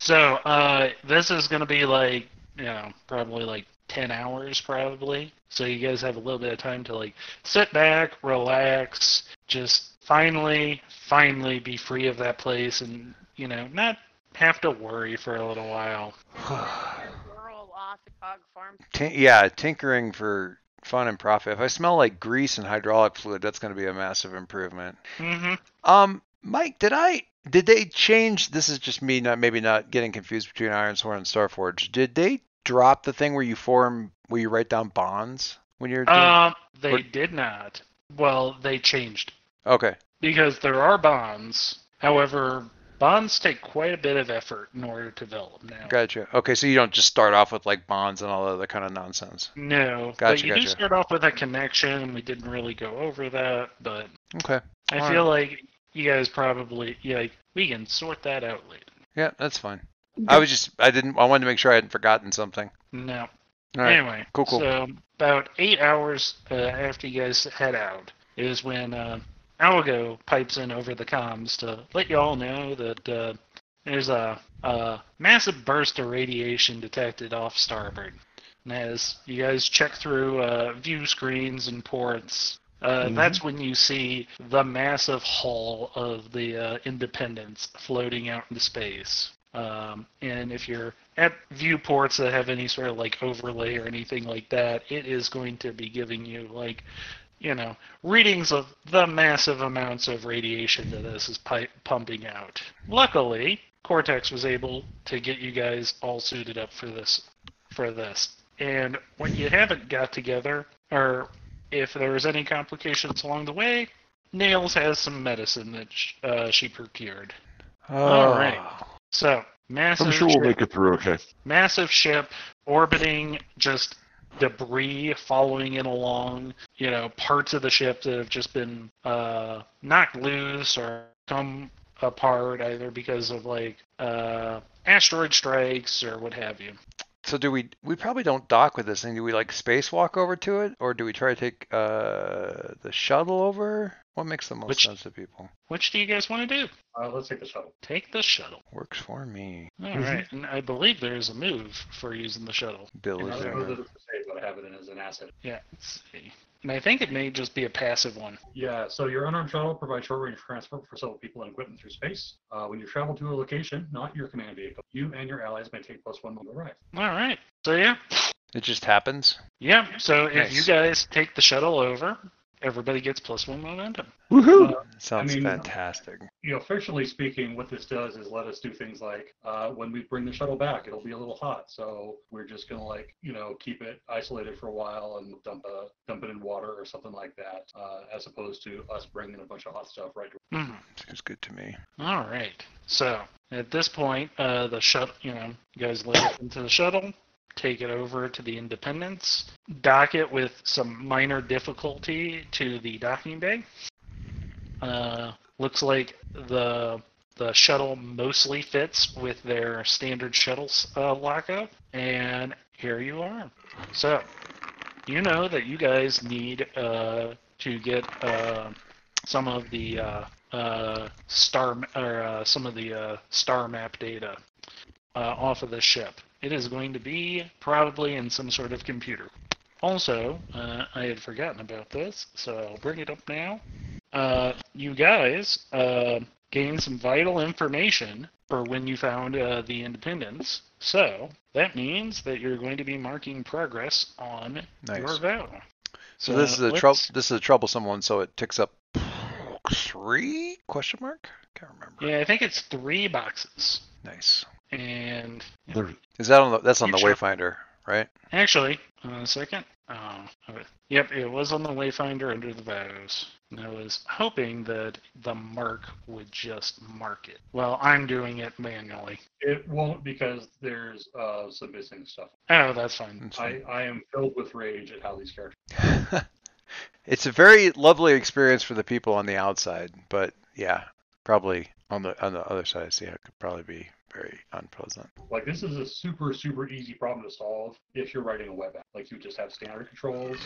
Speaker 1: So uh, this is going to be like you know, probably like 10 hours, probably. So you guys have a little bit of time to like sit back, relax, just finally, finally be free of that place and, you know, not have to worry for a little while.
Speaker 3: Whirl off the cog farm. [LAUGHS]
Speaker 4: Tin- yeah, tinkering for fun and profit. If I smell like grease and hydraulic fluid, that's going to be a massive improvement.
Speaker 1: hmm
Speaker 4: Um, Mike, did I did they change? This is just me not maybe not getting confused between Ironshorn and Starforge. Did they drop the thing where you form where you write down bonds when you're doing?
Speaker 1: Um, they
Speaker 4: Or-
Speaker 1: did not. Well, they changed
Speaker 4: okay,
Speaker 1: because there are bonds. However, bonds take quite a bit of effort in order to develop now.
Speaker 4: gotcha. Okay, so you don't just start off with like bonds and all that other kind of nonsense.
Speaker 1: No, but
Speaker 4: Gotcha,
Speaker 1: you do
Speaker 4: gotcha.
Speaker 1: start off with a connection. We didn't really go over that, but
Speaker 4: Okay,
Speaker 1: I
Speaker 4: Alright.
Speaker 1: feel like you guys probably yeah like, we can sort that out later.
Speaker 4: yeah, that's fine. I was just I didn't I wanted to make sure I hadn't forgotten something.
Speaker 1: No.
Speaker 4: All right.
Speaker 1: Anyway,
Speaker 4: Cool, cool.
Speaker 1: So about eight hours uh, after you guys head out is when uh, Algo pipes in over the comms to let you all know that uh, there's a, a massive burst of radiation detected off starboard. And as you guys check through uh, view screens and ports, uh,
Speaker 2: Mhm.
Speaker 1: that's when you see the massive hull of the uh, Independence floating out into space. Um, and if you're at viewports that have any sort of like overlay or anything like that, it is going to be giving you like, you know, readings of the massive amounts of radiation that this is pi- pumping out. Luckily, Cortex was able to get you guys all suited up for this, for this. And when you haven't got together, or if there was any complications along the way, Nails has some medicine that sh- uh, she procured. all right.
Speaker 4: Oh.
Speaker 1: So massive.
Speaker 2: I'm sure we'll
Speaker 1: trip-
Speaker 2: make it through okay.
Speaker 1: massive ship orbiting just debris following it along you know parts of the ship that have just been uh knocked loose or come apart either because of like uh asteroid strikes or what have you
Speaker 4: So do we? We probably don't dock with this thing. Do we like spacewalk over to it, or do we try to take uh, the shuttle over? What makes the most
Speaker 1: Which-
Speaker 4: sense to people?
Speaker 1: which do you guys want to do
Speaker 5: Uh, let's take the shuttle.
Speaker 1: take the shuttle
Speaker 4: Works for me.
Speaker 1: All right, and i believe there is a move for using the shuttle
Speaker 4: Bill
Speaker 1: Yeah,
Speaker 4: is
Speaker 1: I'll
Speaker 4: in
Speaker 1: go
Speaker 4: there.
Speaker 5: but I have it in as an asset.
Speaker 1: yeah let's see and i think it may just be a passive one
Speaker 5: Yeah, so your unarmed shuttle provides short-range transport for several people and equipment through space. Uh, when you travel to a location, not your command vehicle, you and your allies may take plus one when you arrive.
Speaker 1: all right so yeah
Speaker 4: It just happens.
Speaker 1: yeah so if you
Speaker 4: Nice.
Speaker 1: guys take the shuttle over everybody gets plus one momentum
Speaker 2: Woohoo!
Speaker 4: Sounds
Speaker 5: mean-
Speaker 4: fantastic.
Speaker 5: You know, officially speaking, what this does is let us do things like uh, when we bring the shuttle back, it'll be a little hot, so we're just gonna like you know keep it isolated for a while and dump a, dump it in water or something like that, uh, as opposed to us bringing a bunch of hot stuff right.
Speaker 1: Mhm.
Speaker 4: Seems good to me.
Speaker 1: All right. So at this point, uh, the shuttle, you know, you guys load it into the shuttle, take it over to the Independence, dock it with some minor difficulty to the docking bay. Uh, looks like the the shuttle mostly fits with their standard shuttle uh, lockup, and here you are. So you know that you guys need uh, to get. Uh, some of the uh, uh, star or uh, some of the uh, star map data uh, off of the ship. It is going to be probably in some sort of computer. Also, uh, I had forgotten about this, so I'll bring it up now. Uh, you guys uh, gained some vital information for when you found uh, the Independence. So that means that you're going to be marking progress on your
Speaker 4: Nice.
Speaker 1: vow. Uh,
Speaker 4: So this is a
Speaker 1: let's-
Speaker 4: trouble. This is a troublesome one. So it ticks up three question mark. Can't remember.
Speaker 1: Yeah, I think it's three boxes.
Speaker 4: Nice.
Speaker 1: And
Speaker 2: There,
Speaker 4: Is that on the? That's on the
Speaker 1: Future.
Speaker 4: Wayfinder, right?
Speaker 1: actually, uh, second. Oh, okay. yep, it was on the Wayfinder under the vows. And I was hoping that the mark would just mark it. Well, I'm doing it manually.
Speaker 5: It won't because there's uh, some missing stuff.
Speaker 1: Oh, that's fine.
Speaker 4: That's
Speaker 5: I, I am filled with rage at how these characters.
Speaker 4: [LAUGHS] it's a very lovely experience for the people on the outside, but yeah, probably on the on the other side, I see how it could probably be very unpleasant.
Speaker 5: Like this is a super super easy problem to solve if you're writing a web app. Like you just have standard controls,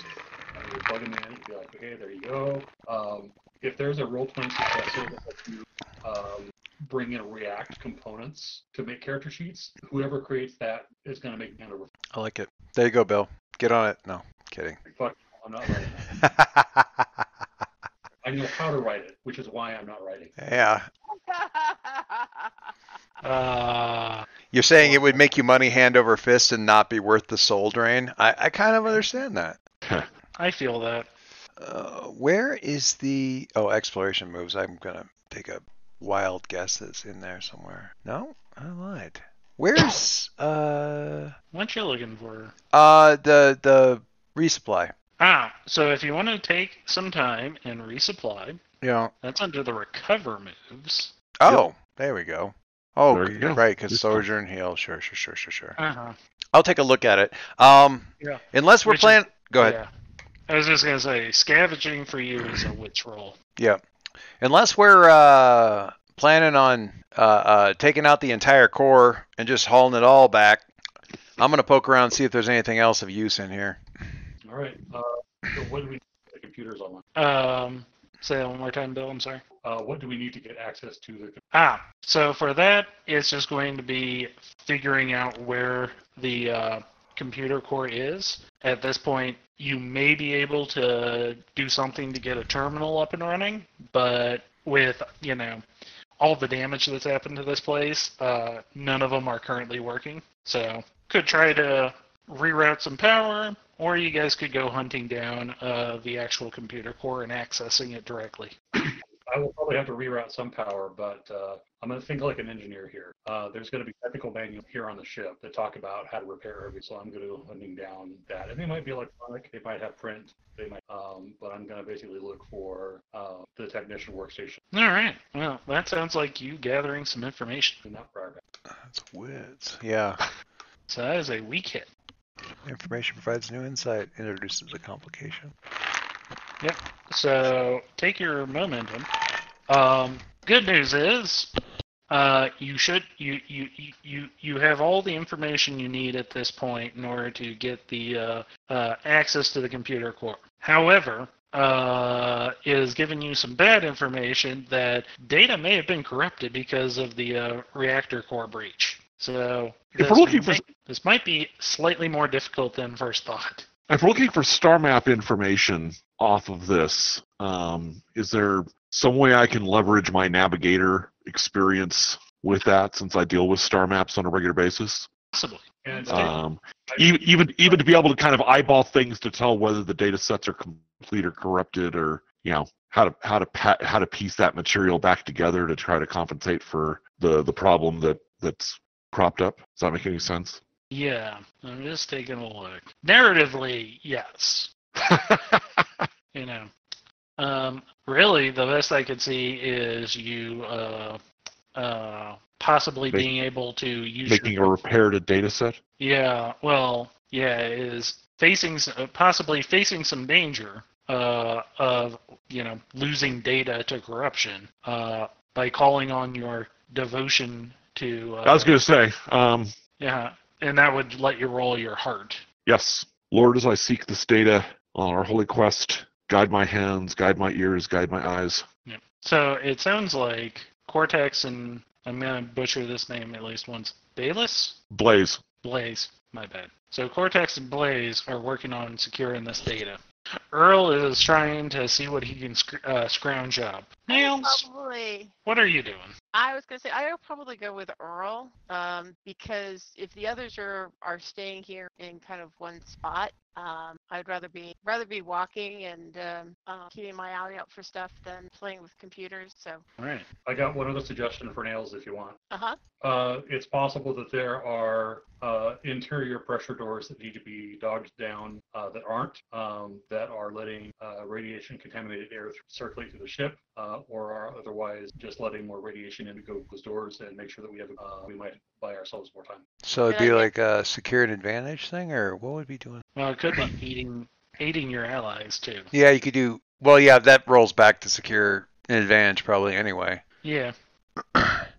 Speaker 5: and you plug them in, and be like, okay, there you go. Um, if there's a roll twenty successor that lets you um, bring in React components to make character sheets, whoever creates that is going to make me under
Speaker 4: I like it. There you go, Bill. Get on it. No, kidding. [LAUGHS]
Speaker 5: fuck. I'm not writing. it. I know how to write it, which is why I'm not writing. it.
Speaker 4: yeah.
Speaker 1: Uh,
Speaker 4: You're saying it would make you money hand over fist and not be worth the soul drain? I, I kind of understand that.
Speaker 1: I feel that.
Speaker 4: Uh, where is the oh exploration moves? I'm gonna take a wild guess that's in there somewhere. No, I lied. Where's uh
Speaker 1: What you looking for?
Speaker 4: uh the the resupply?
Speaker 1: Ah, so if you want to take some time and resupply,
Speaker 4: Yeah.
Speaker 1: that's under the recover moves.
Speaker 4: Oh, there we go. Oh,
Speaker 2: There you go.
Speaker 4: right, because
Speaker 2: Resupply.
Speaker 4: sojourn heal. Sure, sure, sure, sure, sure.
Speaker 1: Uh huh.
Speaker 4: I'll take a look at it. Um,
Speaker 1: Yeah.
Speaker 4: unless we're
Speaker 1: Which is-
Speaker 4: playing. Go ahead.
Speaker 1: Yeah. I was just gonna say, scavenging for you is a witch roll.
Speaker 4: Yeah. Unless we're uh, planning on uh, uh, taking out the entire core and just hauling it all back, I'm going to poke around and see if there's anything else of use in here.
Speaker 5: All right. Uh, so what do we? The computer's online.
Speaker 1: Um, say that one more time, Bill. I'm sorry.
Speaker 5: Uh, what do we need to get access to the?
Speaker 1: Ah, so for that, it's just going to be figuring out where the uh, computer core is. At this point, you may be able to do something to get a terminal up and running, but with, you know, all the damage that's happened to this place, uh, none of them are currently working. So, could try to reroute some power, or you guys could go hunting down uh, the actual computer core and accessing it directly.
Speaker 5: I will probably have to reroute some power, but uh, I'm going to think like an engineer here. Uh, there's going to be technical manual here on the ship that talk about how to repair everything, so I'm going to go hunting down that. And they might be electronic, they might have print, they might, um, but I'm going to basically look for uh, the technician workstation
Speaker 1: All right. Well, that sounds like you gathering some information.
Speaker 5: and not prior.
Speaker 4: That's wits. Yeah.
Speaker 1: So that is a weak hit.
Speaker 4: Information provides new insight, introduces a complication.
Speaker 1: So take your momentum. Um, good news is, uh, you should you you you- you you have all the information you need at this point in order to get the uh, uh, access to the computer core. However, uh, it is giving you some bad information that data may have been corrupted because of the uh, reactor core breach. So
Speaker 2: If
Speaker 1: this
Speaker 2: we're looking for-
Speaker 1: might- this might be slightly more difficult than first thought.
Speaker 2: If we're looking for star map information off of this, um, is there some way I can leverage my navigator experience with that since I deal with star maps on a regular basis?
Speaker 1: Possibly.
Speaker 5: And
Speaker 2: Um, even, even even to be able to kind of eyeball things to tell whether the data sets are complete or corrupted or you know how to how to pat, how to piece that material back together to try to compensate for the the problem that that's cropped up. Does that make any sense?
Speaker 1: Yeah, I'm just taking a look. Narratively,
Speaker 2: [LAUGHS]
Speaker 1: yes. You know, um, really, the best I could see is you uh, uh, possibly
Speaker 2: Make-
Speaker 1: being able to use your-
Speaker 2: Making a repair to data set.
Speaker 1: yeah, well, yeah, it is facing s- uh, possibly facing some danger uh, of you know losing data to corruption uh, by calling on your devotion to. Uh,
Speaker 2: I was gonna say, um,
Speaker 1: Yeah, and that would let you roll your heart.
Speaker 2: yes, Lord, as I seek this data on our holy quest, guide my hands, guide my ears, guide my eyes.
Speaker 1: Yeah. So it sounds like Cortex and I'm gonna butcher this name at least once. Bayless?
Speaker 2: Blaze.
Speaker 1: Blaze, my bad. So Cortex and Blaze are working on securing this data. Earl is trying to see what he can sc- uh, scrounge up. Nails,
Speaker 3: Probably.
Speaker 1: what are you doing?
Speaker 3: I was gonna say I'll probably go with Earl, um, because if the others are are staying here in kind of one spot, um, I'd rather be rather be walking and um, uh, keeping my eye out for stuff than playing with computers. So,
Speaker 1: All right.
Speaker 5: I got one other suggestion for nails if you want.
Speaker 3: uh huh.
Speaker 5: Uh, it's possible that there are uh, interior pressure doors that need to be dogged down uh, that aren't, um, that are letting uh, radiation contaminated air th- circulate through the ship, uh, or are otherwise just letting more radiation in to go through those doors and make sure that we have, uh, we might buy ourselves more time.
Speaker 4: So it'd
Speaker 3: Good
Speaker 4: be
Speaker 3: idea.
Speaker 4: like a secured advantage thing, or what would be doing?
Speaker 1: Well, it could be eating, aiding your allies too.
Speaker 4: Yeah, you could do. Well, yeah, that rolls back to secure an advantage probably anyway.
Speaker 1: Yeah.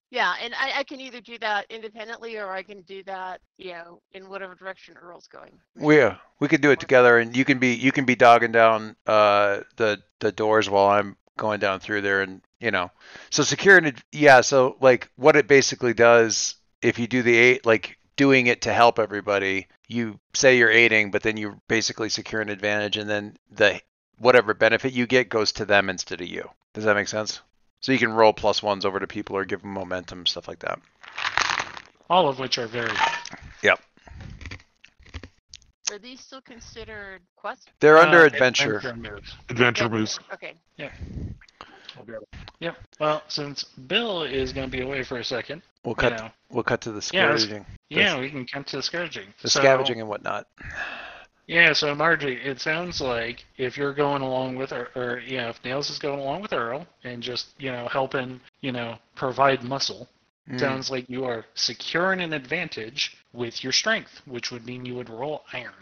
Speaker 3: Yeah, and I, I can either do that independently or I can do that, you know, in whatever direction Earl's going.
Speaker 4: Yeah, we could do it together, and you can be you can be dogging down uh, the the doors while I'm going down through there and you know so secure and ad- yeah so like what it basically does if you do the eight like doing it to help everybody you say you're aiding but then you basically secure an advantage and then the whatever benefit you get goes to them instead of you does that make sense so you can roll plus ones over to people or give them momentum stuff like that
Speaker 1: all of which are very
Speaker 3: Are these still considered quests?
Speaker 4: they're
Speaker 1: Uh,
Speaker 4: under adventure
Speaker 1: moves.
Speaker 2: Adventure
Speaker 3: Yeah,
Speaker 2: moves.
Speaker 3: Okay.
Speaker 5: I'll be right back.
Speaker 1: Yep. Well, since Bill is going to be away for a second,
Speaker 4: we'll
Speaker 1: you
Speaker 4: cut
Speaker 1: know,
Speaker 4: we'll cut to the
Speaker 1: Yeah, that's-
Speaker 4: scavenging
Speaker 1: yeah, we can come to the scourging.
Speaker 4: the
Speaker 1: So-
Speaker 4: scavenging and whatnot
Speaker 1: Yeah, so Marjorie, it sounds like if you're going along with, or, or you know, if Nails is going along with Earl and just you know helping, you know, provide muscle,
Speaker 4: Mm.
Speaker 1: sounds like you are securing an advantage with your strength, which would mean you would roll iron.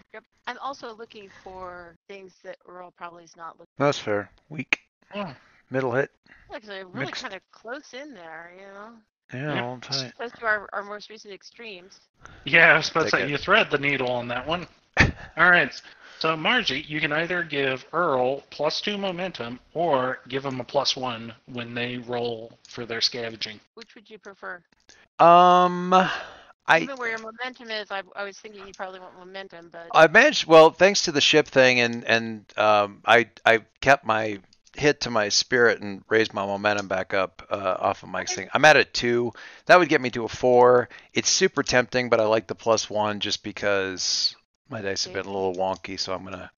Speaker 3: I'm also looking for things that Earl probably is not looking.
Speaker 4: that's fair weak
Speaker 1: Oh,
Speaker 4: middle hit
Speaker 3: Look, they're really
Speaker 4: Mixed.
Speaker 3: kind of close in there, you know,
Speaker 4: yeah,
Speaker 1: Yeah.
Speaker 4: all tight.
Speaker 3: close to our, our most recent extremes.
Speaker 1: Yeah, I was about to
Speaker 4: Take
Speaker 1: say,
Speaker 4: it.
Speaker 1: you thread the needle on that
Speaker 4: [LAUGHS]
Speaker 1: one. All right. So, Margie, you can either give Earl plus two momentum or give him a plus one when they roll for their scavenging.
Speaker 3: Which would you prefer?
Speaker 4: um i
Speaker 3: Even where your momentum is, I, I was thinking you probably want momentum, but
Speaker 4: I managed well thanks to the ship thing and and um, I I kept my hit to my spirit and raised my momentum back up uh, off of Mike's thing. I'm at a two. That would get me to a four. It's super tempting, but I like the plus one just because my dice have been a little wonky. So I'm gonna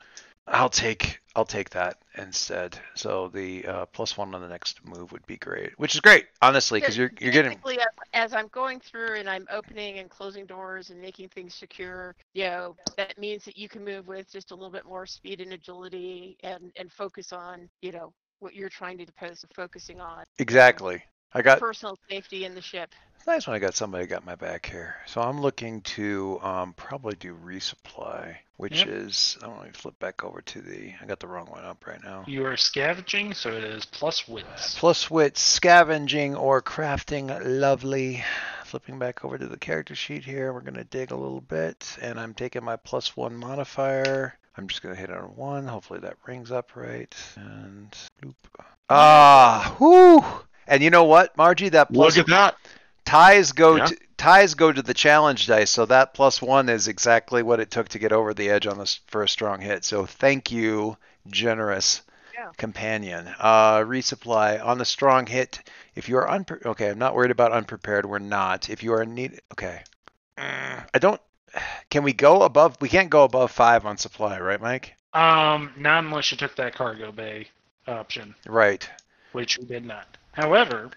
Speaker 4: I'll take I'll take that instead. So the uh, plus one on the next move would be great, which is great honestly because you're you're getting
Speaker 3: Basically, as, as I'm going through and I'm opening and closing doors and making things secure, you know, that means that you can move with just a little bit more speed and agility and, and focus on, you know, what you're trying to oppose to focusing on
Speaker 4: exactly. I got
Speaker 3: personal safety in the ship.
Speaker 4: It's nice when I got somebody got my back here. So I'm looking to um, probably do resupply, which
Speaker 1: Yep.
Speaker 4: is I'm gonna flip back over to the I got the wrong one up right now.
Speaker 1: You are scavenging, so it is plus wits.
Speaker 4: Plus wit, scavenging or crafting, lovely. Flipping back over to the character sheet here, we're gonna dig a little bit, and I'm taking my plus one modifier. I'm just gonna hit on one. Hopefully that rings up right. And bloop. ah, whoo! And you know what, Margie, that plus
Speaker 2: Look at that.
Speaker 4: ties go
Speaker 2: Yeah.
Speaker 4: to ties go to the challenge dice so that plus one is exactly what it took to get over the edge on this for a strong hit so thank you generous
Speaker 3: Yeah.
Speaker 4: companion uh resupply on a strong hit if you are unpre okay i'm not worried about unprepared we're not if you are in need okay Mm, i don't can we go above we can't go above five on supply right mike
Speaker 1: Um, not unless you took that cargo bay option,
Speaker 4: right
Speaker 1: which you did not. However,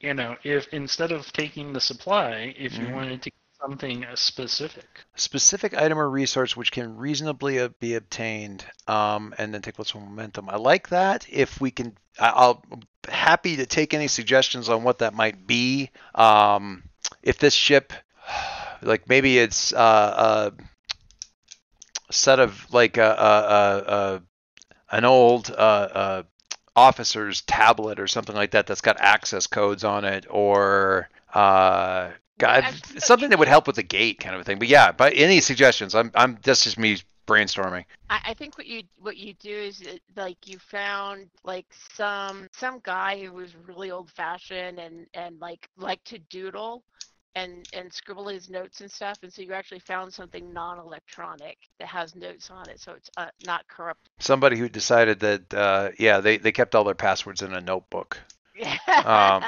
Speaker 1: you know, if instead of taking the supply, if
Speaker 4: Mhm.
Speaker 1: you wanted to get something uh, specific,
Speaker 4: specific item or resource which can reasonably uh, be obtained um, and then take what's one momentum i like that if we can I, i'll I'm happy to take any suggestions on what that might be um, if this ship [SIGHS] like maybe it's uh, a set of like a, a, a, a an old uh, uh, officer's tablet or something like that that's got access codes on it or uh, God,
Speaker 3: actually,
Speaker 4: something that would help with the gate kind of a thing. But yeah, but any suggestions? I'm I'm that's just me brainstorming.
Speaker 3: I, I think what you what you do is it, like you found like some some guy who was really old fashioned and and like liked to doodle and and scribble his notes and stuff and so you actually found something non-electronic that has notes on it so it's uh, not corrupt
Speaker 4: Somebody who decided that uh, yeah, they they kept all their passwords in a notebook. Um,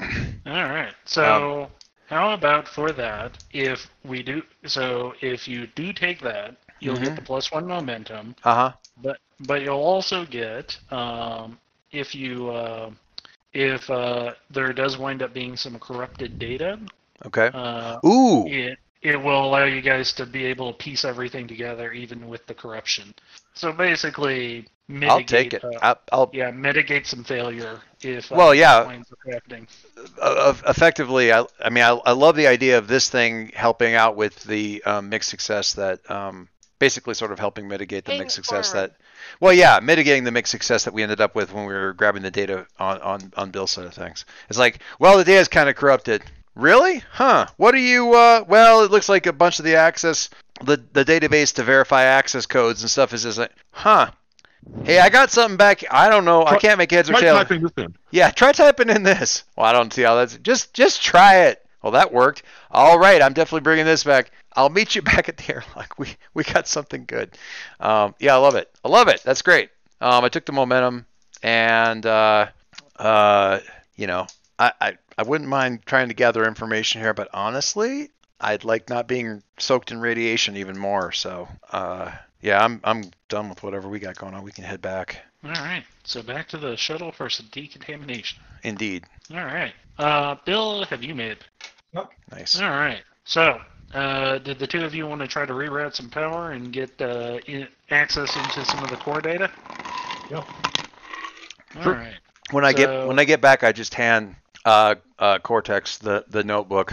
Speaker 1: All right. So how about for that? If we do, so if you do take that, you'll get
Speaker 4: Mhm.
Speaker 1: the plus one momentum,
Speaker 4: uh huh.
Speaker 1: but but you'll also get um, if you uh, if uh, there does wind up being some corrupted data,
Speaker 4: Okay.
Speaker 1: uh,
Speaker 4: Ooh.
Speaker 1: it it will allow you guys to be able to piece everything together, even with the corruption. So basically, mitigate.
Speaker 4: I'll take it.
Speaker 1: uh,
Speaker 4: I'll, I'll
Speaker 1: yeah, mitigate some failure if uh,
Speaker 4: Well, yeah.
Speaker 1: winds up happening.
Speaker 4: uh, effectively. I, I mean, I, I love the idea of this thing helping out with the um, mixed success that um, basically sort of helping mitigate the
Speaker 3: Paying
Speaker 4: mixed
Speaker 3: it
Speaker 4: success
Speaker 3: forward.
Speaker 4: that. Well, yeah, mitigating the mixed success that we ended up with when we were grabbing the data on on on Bill's side of things. It's like, well, the data's kind of corrupted. Really? Huh. What do you? Uh, well, it looks like a bunch of the access, the the database to verify access codes and stuff is just like, huh. Hey, I got something back. I don't know. I
Speaker 2: Try-
Speaker 4: can't make heads or
Speaker 2: Try
Speaker 4: tails.
Speaker 2: typing this in.
Speaker 4: Yeah, try typing in this. Well, I don't see how that's just just try it. Well, that worked. All right, I'm definitely bringing this back. I'll meet you [LAUGHS] back at the airlock. We we got something good. Um, yeah, I love it. I love it. That's great. Um, I took the momentum, and uh, uh, you know, I, I I wouldn't mind trying to gather information here, but honestly, I'd like not being soaked in radiation even more. So, uh, yeah, I'm I'm done with whatever we got going on. We can head back.
Speaker 1: All right. So back to the shuttle for some decontamination.
Speaker 4: Indeed.
Speaker 1: All right. Uh, Bill, have you made it?
Speaker 4: Nice.
Speaker 1: All right. So, uh, did the two of you want to try to reroute some power and get uh, in- access into some of the core data?
Speaker 5: Yep.
Speaker 1: All
Speaker 4: Sure.
Speaker 1: right.
Speaker 4: When I get
Speaker 1: So-
Speaker 4: when I get back, I just hand uh, uh, Cortex the the notebook.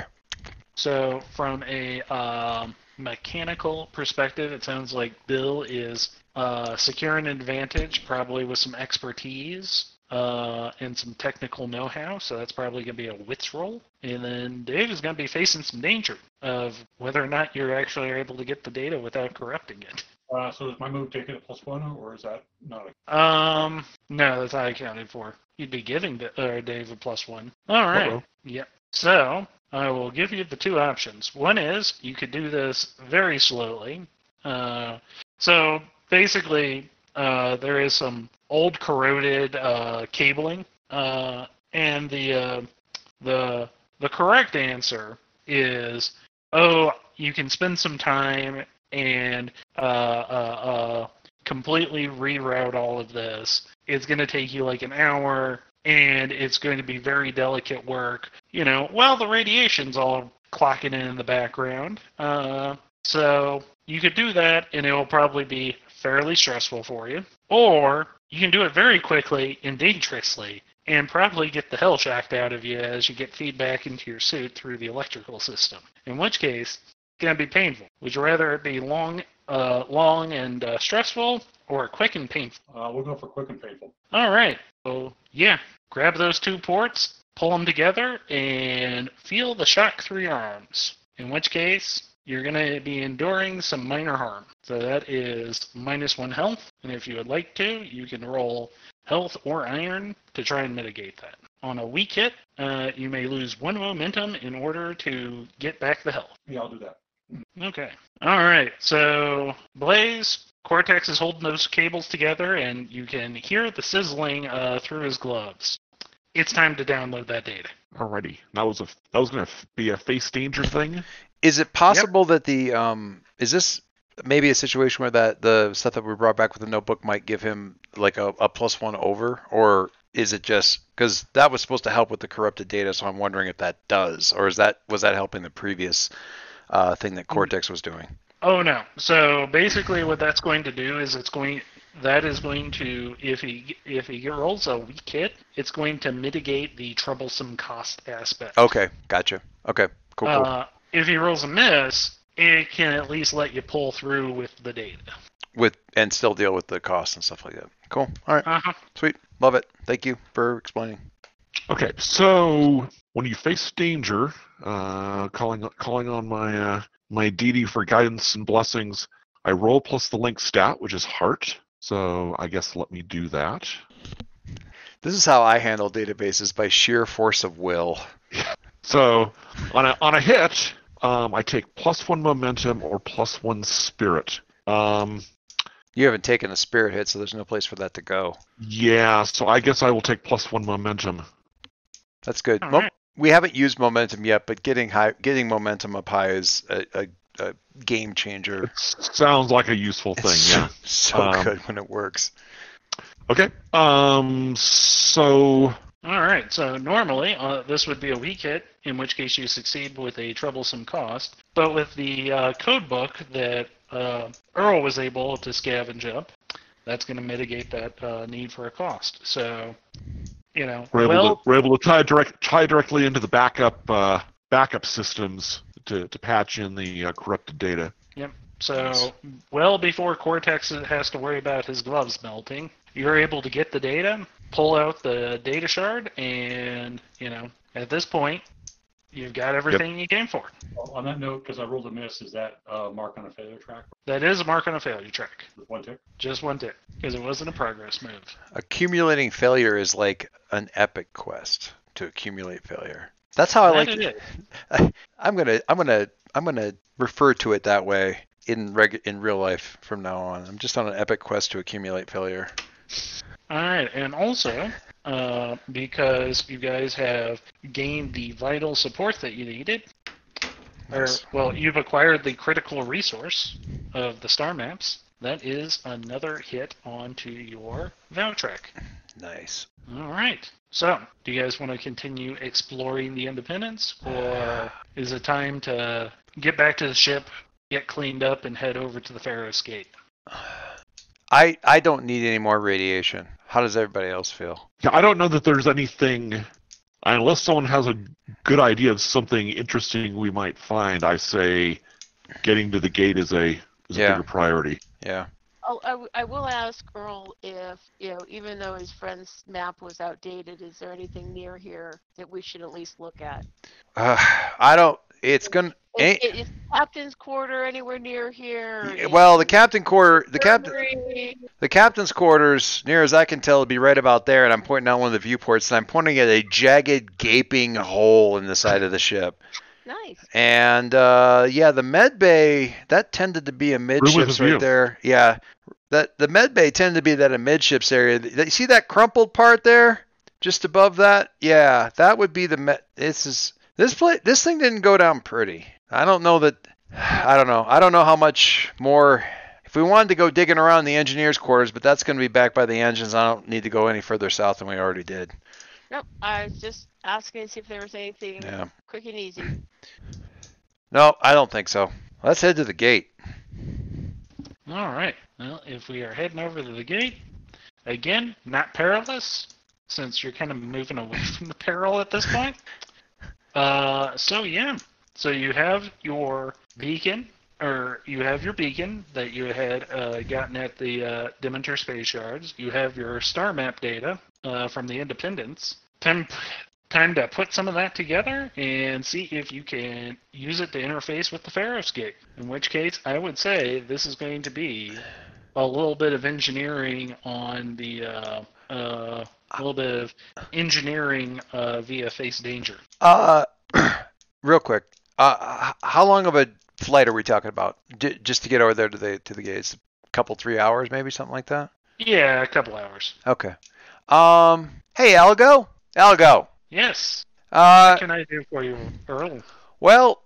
Speaker 1: So, from a um, mechanical perspective, it sounds like Bill is uh, securing an advantage, probably with some expertise uh, and some technical know-how. So that's probably going to be a wits roll. And then Dave is going to be facing some danger of whether or not you're actually able to get the data without corrupting it.
Speaker 5: Uh, so is my move taken at plus one, or is that not? A,
Speaker 1: Um, no, that's not accounted for. You'd be giving the, uh, Dave a plus one. All right.
Speaker 2: Uh-oh.
Speaker 1: Yep. So I will give you the two options. One is you could do this very slowly. Uh, so basically, uh, there is some old corroded uh, cabling, uh, and the uh, the the correct answer is oh, you can spend some time and uh, uh, uh, completely reroute all of this. It's going to take you like an hour, and it's going to be very delicate work. You know, while the radiation's all clocking in in the background. Uh, so you could do that, and it'll probably be fairly stressful for you. Or you can do it very quickly and dangerously, and probably get the hell shocked out of you as you get feedback into your suit through the electrical system. In which case, it's going to be painful. Would you rather it be long uh, long and uh, stressful or quick and painful.
Speaker 5: uh, we'll go for quick and painful.
Speaker 1: All right. So, yeah, grab those two ports, pull them together, and feel the shock through your arms. In which case, you're going to be enduring some minor harm. So, that is minus one health. And if you would like to, you can roll health or iron to try and mitigate that. On a weak hit, uh, you may lose one momentum in order to get back the health.
Speaker 5: Yeah, I'll do that.
Speaker 1: Okay. All right. So Blaze Cortex is holding those cables together, and you can hear the sizzling uh, through his gloves. It's time to download that data.
Speaker 2: Alrighty. That was a that was gonna f- be a face danger thing.
Speaker 4: Is it possible that the um is this maybe a situation where that the stuff that we brought back with the notebook might give him like a, a plus one over, or is it just because that was supposed to help with the corrupted data? So I'm wondering if that does, or is that was that helping the previous uh, thing that Cortex was doing?
Speaker 1: Oh no. So basically, what that's going to do is it's going that is going to if he if he rolls a weak hit, it's going to mitigate the troublesome cost aspect.
Speaker 4: Okay, gotcha. Okay, cool, cool.
Speaker 1: Uh, if he rolls a miss, it can at least let you pull through with the data.
Speaker 4: with and still deal with the costs and stuff like that. Cool. All right,
Speaker 1: Uh huh.
Speaker 4: sweet. Love it. Thank you for explaining.
Speaker 2: Okay, so when you face danger, uh, calling calling on my uh, my deity for guidance and blessings, I roll plus the link stat, which is heart. So I guess let me do that.
Speaker 4: This is how I handle databases by sheer force of will.
Speaker 2: So on a on a hit, um, I take plus one momentum or plus one spirit. Um,
Speaker 4: You haven't taken a spirit hit, so there's no place for that to go.
Speaker 2: yeah, so I guess I will take plus one momentum.
Speaker 4: That's good.
Speaker 1: All
Speaker 4: Mo-
Speaker 1: right.
Speaker 4: We haven't used momentum yet, but getting high, getting momentum up high is a, a, a game changer.
Speaker 2: Sounds like a useful thing.
Speaker 4: It's
Speaker 2: Yeah.
Speaker 4: [LAUGHS] so
Speaker 2: Um,
Speaker 4: good when it works.
Speaker 2: Okay. Um. So
Speaker 1: All right. So normally uh, this would be a weak hit, in which case you succeed with a troublesome cost. But with the uh, code book that uh, Earl was able to scavenge up, that's going to mitigate that uh, need for a cost. So, you know,
Speaker 2: we're able
Speaker 1: well,
Speaker 2: to we're able to tie direct tie directly into the backup uh, backup systems to, to patch in the uh, corrupted data.
Speaker 1: so well before Cortex has to worry about his gloves melting, you're able to get the data, pull out the data shard, and you know, at this point, You've got everything you came for.
Speaker 5: Well, on that note, because I rolled a miss, is that uh, mark on a failure track
Speaker 1: That is a mark on a failure track.
Speaker 5: with one tick?
Speaker 1: Just one tick, because it wasn't a progress move.
Speaker 4: Accumulating failure is like an epic quest to accumulate failure. That's how Oh, I like
Speaker 1: That
Speaker 4: it.
Speaker 1: it is.
Speaker 4: I'm gonna I'm gonna I'm gonna refer to it that way in reg in real life from now on. I'm just on an epic quest to accumulate failure.
Speaker 1: All right, and also uh, because you guys have gained the vital support that you needed, or
Speaker 4: Nice.
Speaker 1: well, you've acquired the critical resource of the star maps. That is another hit onto your Valtrek.
Speaker 4: Nice.
Speaker 1: All right. So, do you guys want to continue exploring the Independence, or is it time to get back to the ship, get cleaned up, and head over to the Pharaoh's Gate?
Speaker 4: I I don't need any more radiation. How does everybody else feel?
Speaker 2: Yeah, I don't know that there's anything, unless someone has a good idea of something interesting we might find. I say, getting to the gate is a is a
Speaker 4: Yeah.
Speaker 2: bigger priority.
Speaker 4: Yeah.
Speaker 3: [LAUGHS]
Speaker 4: [SIGHS]
Speaker 3: Oh, I, w- I will ask Earl if, you know, even though his friend's map was outdated, is there anything near here that we should at least look at?
Speaker 4: Uh, I don't. It's gonna.
Speaker 3: Is,
Speaker 4: ain't-
Speaker 3: is Captain's Quarter anywhere near here? Is
Speaker 4: well, the captain quarter, the captain,
Speaker 3: Surgery?
Speaker 4: the captain's quarters, near as I can tell, would be right about there. And I'm pointing out one of the viewports, and I'm pointing at a jagged, gaping hole in the side of the ship.
Speaker 3: Nice.
Speaker 4: And uh, yeah, the med bay that tended to be amidships
Speaker 2: view.
Speaker 4: right there. Yeah, that the med bay tended to be that amidships area. Th- You see that crumpled part there, just above that? Yeah, that would be the med. This is this play. This thing didn't go down pretty. I don't know that. I don't know. I don't know how much more. If we wanted to go digging around the engineers' quarters, but that's going to be back by the engines. I don't need to go any further south than we already did.
Speaker 3: Nope. I was just asking to see if there was anything
Speaker 4: Yeah.
Speaker 3: quick and easy.
Speaker 4: No, I don't think so. Let's head to the gate.
Speaker 1: All right. Well, if we are heading over to the gate, again, not perilous, since you're kind of moving away [LAUGHS] from the peril at this point. Uh, so yeah. So you have your beacon, or you have your beacon that you had uh, gotten at the uh, Demeter Space Yards. You have your star map data uh, from the Independence. Time, time to put some of that together and see if you can use it to interface with the Pharaoh's Gate. In which case, I would say this is going to be a little bit of engineering on the. Uh, uh, a little bit of engineering uh, via face danger.
Speaker 4: Uh, [CLEARS THROAT] real quick. Uh, h- how long of a flight are we talking about? J- just to get over there to the to the gates, a couple three hours, maybe something like that.
Speaker 1: Yeah, a couple hours.
Speaker 4: Okay. Um. Hey, Algo. Algo.
Speaker 1: Yes.
Speaker 4: Uh.
Speaker 1: What can I do for you, Earl?
Speaker 4: Well,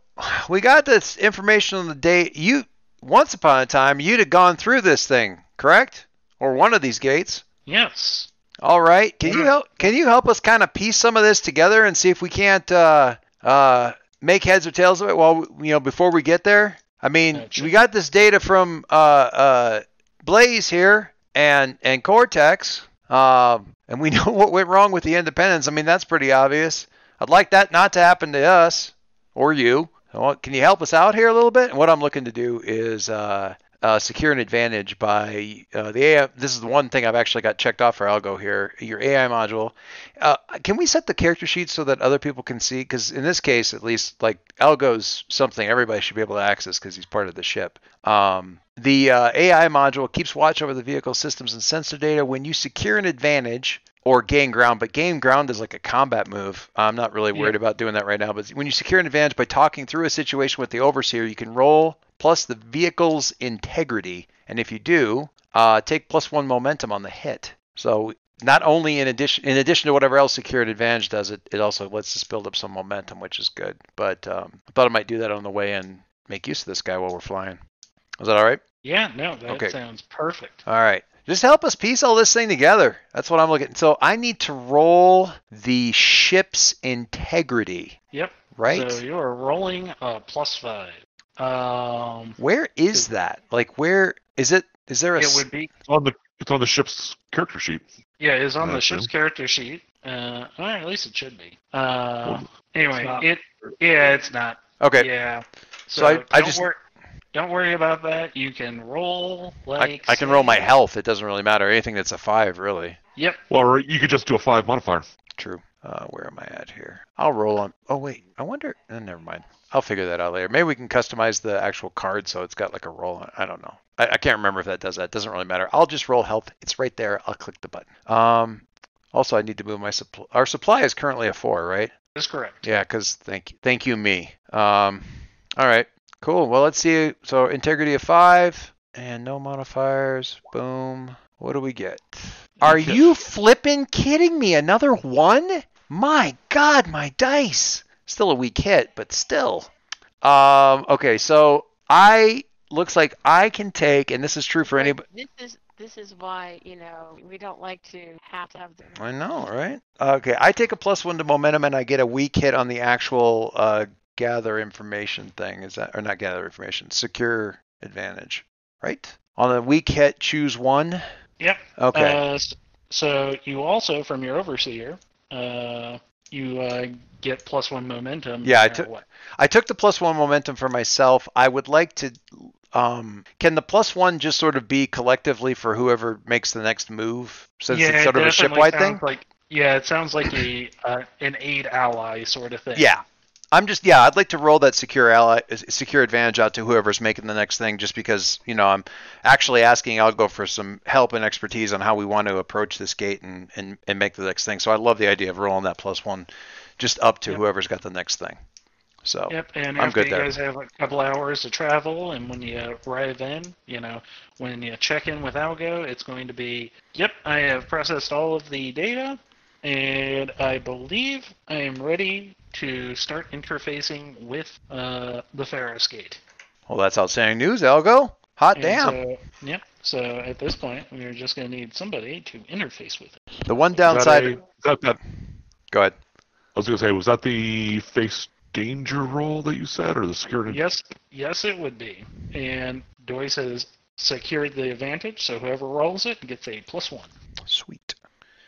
Speaker 4: we got this information on the date. You once upon a time you'd have gone through this thing, correct? Or one of these gates.
Speaker 1: Yes.
Speaker 4: All right. Can you
Speaker 1: Yeah.
Speaker 4: help? Can you help us kind of piece some of this together and see if we can't uh, uh, make heads or tails of it? Well, you know, before we get there, I mean,
Speaker 1: Gotcha.
Speaker 4: we got this data from uh, uh, Blaze here and and Cortex, um, and we [LAUGHS] know what went wrong with the Independence. I mean, that's pretty obvious. I'd like that not to happen to us or you. Well, can you help us out here a little bit? And what I'm looking to do is uh, uh, secure an advantage by uh, the AI. This is the one thing I've actually got checked off for Algo here. Your AI module. Uh, can we set the character sheet so that other people can see? Because in this case, at least, like Algo's something everybody should be able to access because he's part of the ship. Um, the uh, AI module keeps watch over the vehicle systems and sensor data. When you secure an advantage or gain ground, but gain ground is like a combat move. I'm not really worried
Speaker 1: Yeah.
Speaker 4: about doing that right now. But when you secure an advantage by talking through a situation with the overseer, you can roll plus the vehicle's integrity, and if you do, uh, take plus one momentum on the hit. So not only in addition in addition to whatever else secured advantage does it it also lets us build up some momentum which is good but um, i thought i might do that on the way and make use of this guy while we're flying is that all right
Speaker 1: Yeah, no, that
Speaker 4: Okay.
Speaker 1: sounds perfect.
Speaker 4: all right just help us piece all this thing together that's what i'm looking so i need to roll the ship's integrity
Speaker 1: Yep.
Speaker 4: right
Speaker 1: So you are rolling a plus five. Um,
Speaker 4: where is that like where is it is there a
Speaker 1: it
Speaker 4: s-
Speaker 1: would be
Speaker 2: It's on the it's on the ship's character sheet.
Speaker 1: yeah, it's on the
Speaker 2: That's
Speaker 1: ship's
Speaker 2: true.
Speaker 1: character sheet. Uh, or at least it should be. Uh, anyway,
Speaker 5: not.
Speaker 1: it yeah, it's not.
Speaker 4: okay
Speaker 1: Yeah. So,
Speaker 4: So I-
Speaker 1: don't
Speaker 4: I just-
Speaker 1: wor- don't worry about that. You can roll
Speaker 4: I,
Speaker 1: like
Speaker 4: I can roll my
Speaker 1: say-
Speaker 4: health it doesn't really matter anything that's a five really
Speaker 1: Yep.
Speaker 2: Well, or you could just do a five modifier.
Speaker 4: True. Uh, where am I at here? I'll roll on. Oh wait, I wonder. eh, never mind. I'll figure that out later. Maybe we can customize the actual card so it's got like a roll on. I don't know. I, I can't remember if that does that. Doesn't really matter. I'll just roll health. It's right there. I'll click the button. Um. Also, I need to move my supply. Our supply is currently a four, right?
Speaker 1: That's correct.
Speaker 4: Yeah, because thank thank you me. Um, all right, cool. Well, let's see. So integrity of five and no modifiers. Boom. What do we get? Are
Speaker 1: Yes.
Speaker 4: you flipping kidding me? Another one? My God, my dice. Still a weak hit, but still. Um, okay, so I looks like I can take, and this is true for
Speaker 3: Right,
Speaker 4: anybody.
Speaker 3: This is this is why you know we don't like to have to have them.
Speaker 4: I know, right? Okay, I take a plus one to momentum, and I get a weak hit on the actual uh, gather information thing. Is that or not gather information? Secure advantage, right? On a weak hit, choose one.
Speaker 1: Yep.
Speaker 4: Okay.
Speaker 1: Uh, s- so you also, from your overseer, uh, you uh, get plus one momentum.
Speaker 4: Yeah, I
Speaker 1: no matter
Speaker 4: took-
Speaker 1: what.
Speaker 4: I took the plus one momentum for myself. I would like to. Um, can the plus one just sort of be collectively for whoever makes the next move, since
Speaker 1: yeah,
Speaker 4: it's sort of a
Speaker 1: definitely
Speaker 4: shipwide thing?
Speaker 1: sounds Like, yeah, it sounds like a uh, an aid ally sort of thing.
Speaker 4: Yeah. I'm just yeah, I'd like to roll that secure ally secure advantage out to whoever's making the next thing just because, you know, I'm actually asking Algo for some help and expertise on how we want to approach this gate and and, and make the next thing. So I love the idea of rolling that plus 1 just up to
Speaker 1: Yep.
Speaker 4: whoever's got the next thing. So
Speaker 1: Yep, and
Speaker 4: Oh, I'm
Speaker 1: after
Speaker 4: good
Speaker 1: you
Speaker 4: there.
Speaker 1: guys have a couple hours to travel, and when you arrive in, you know, when you check in with Algo, it's going to be, yep, I have processed all of the data, and I believe I am ready to start interfacing with uh, the Ferris gate.
Speaker 4: well that's outstanding news, Algo. Hot
Speaker 1: And uh,
Speaker 4: damn.
Speaker 1: So, yep. So at this point, we're just going to need somebody to interface with it.
Speaker 4: the one
Speaker 2: Was
Speaker 4: downside
Speaker 2: that a- was that that-
Speaker 4: Go ahead.
Speaker 2: I was gonna say, was that the face danger roll that you said, or the
Speaker 4: Hmm.
Speaker 2: security?
Speaker 1: Yes, yes, it would be. And Doyce has secured the advantage, so whoever rolls it gets a plus one.
Speaker 4: Sweet. [LAUGHS]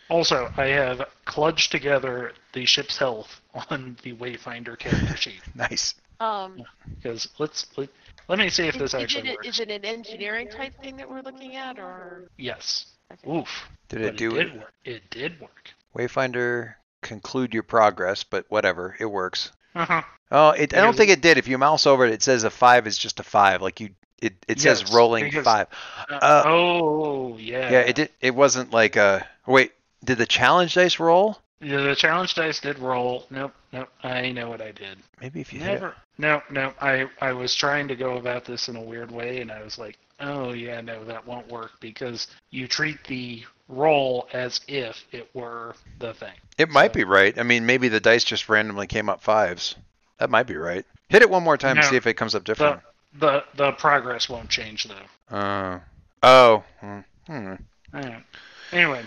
Speaker 1: Also, I have clutched together the ship's health [LAUGHS] on the Wayfinder
Speaker 4: [LAUGHS]
Speaker 1: character sheet
Speaker 4: Nice.
Speaker 3: Um,
Speaker 1: because let's let, let me see if
Speaker 3: is,
Speaker 1: this
Speaker 3: is
Speaker 1: actually
Speaker 3: it,
Speaker 1: works.
Speaker 3: is it an engineering type thing that we're looking at, or
Speaker 1: Yes.
Speaker 3: Okay.
Speaker 1: Oof.
Speaker 4: Did
Speaker 1: but
Speaker 4: it do
Speaker 1: did work. It did work. [LAUGHS]
Speaker 4: Wayfinder conclude your progress, but whatever, it works.
Speaker 1: Uh huh.
Speaker 4: Oh, it, I don't
Speaker 1: Because-
Speaker 4: think it did. If you mouse over it, it says a five is just a five. Like you, it, it says
Speaker 1: Yes,
Speaker 4: rolling
Speaker 1: because-
Speaker 4: five. Uh,
Speaker 1: oh yeah.
Speaker 4: Yeah. it did. It wasn't like a wait. Did the challenge dice roll?
Speaker 1: Yeah, the challenge dice did roll. Nope. Nope. I know what I did.
Speaker 4: Maybe if you hit it.
Speaker 1: Never. No. No. I I was trying to go about this in a weird way, and I was like, oh yeah, no, that won't work because you treat the roll as if it were the thing.
Speaker 4: It might
Speaker 1: so-
Speaker 4: be right. I mean, maybe the dice just randomly came up fives. That might be right. Hit it one more time and
Speaker 1: No.
Speaker 4: see if it comes up different.
Speaker 1: The, the the progress won't change though.
Speaker 4: Uh, oh. hmm, Hmm.
Speaker 1: Alright. Anyway,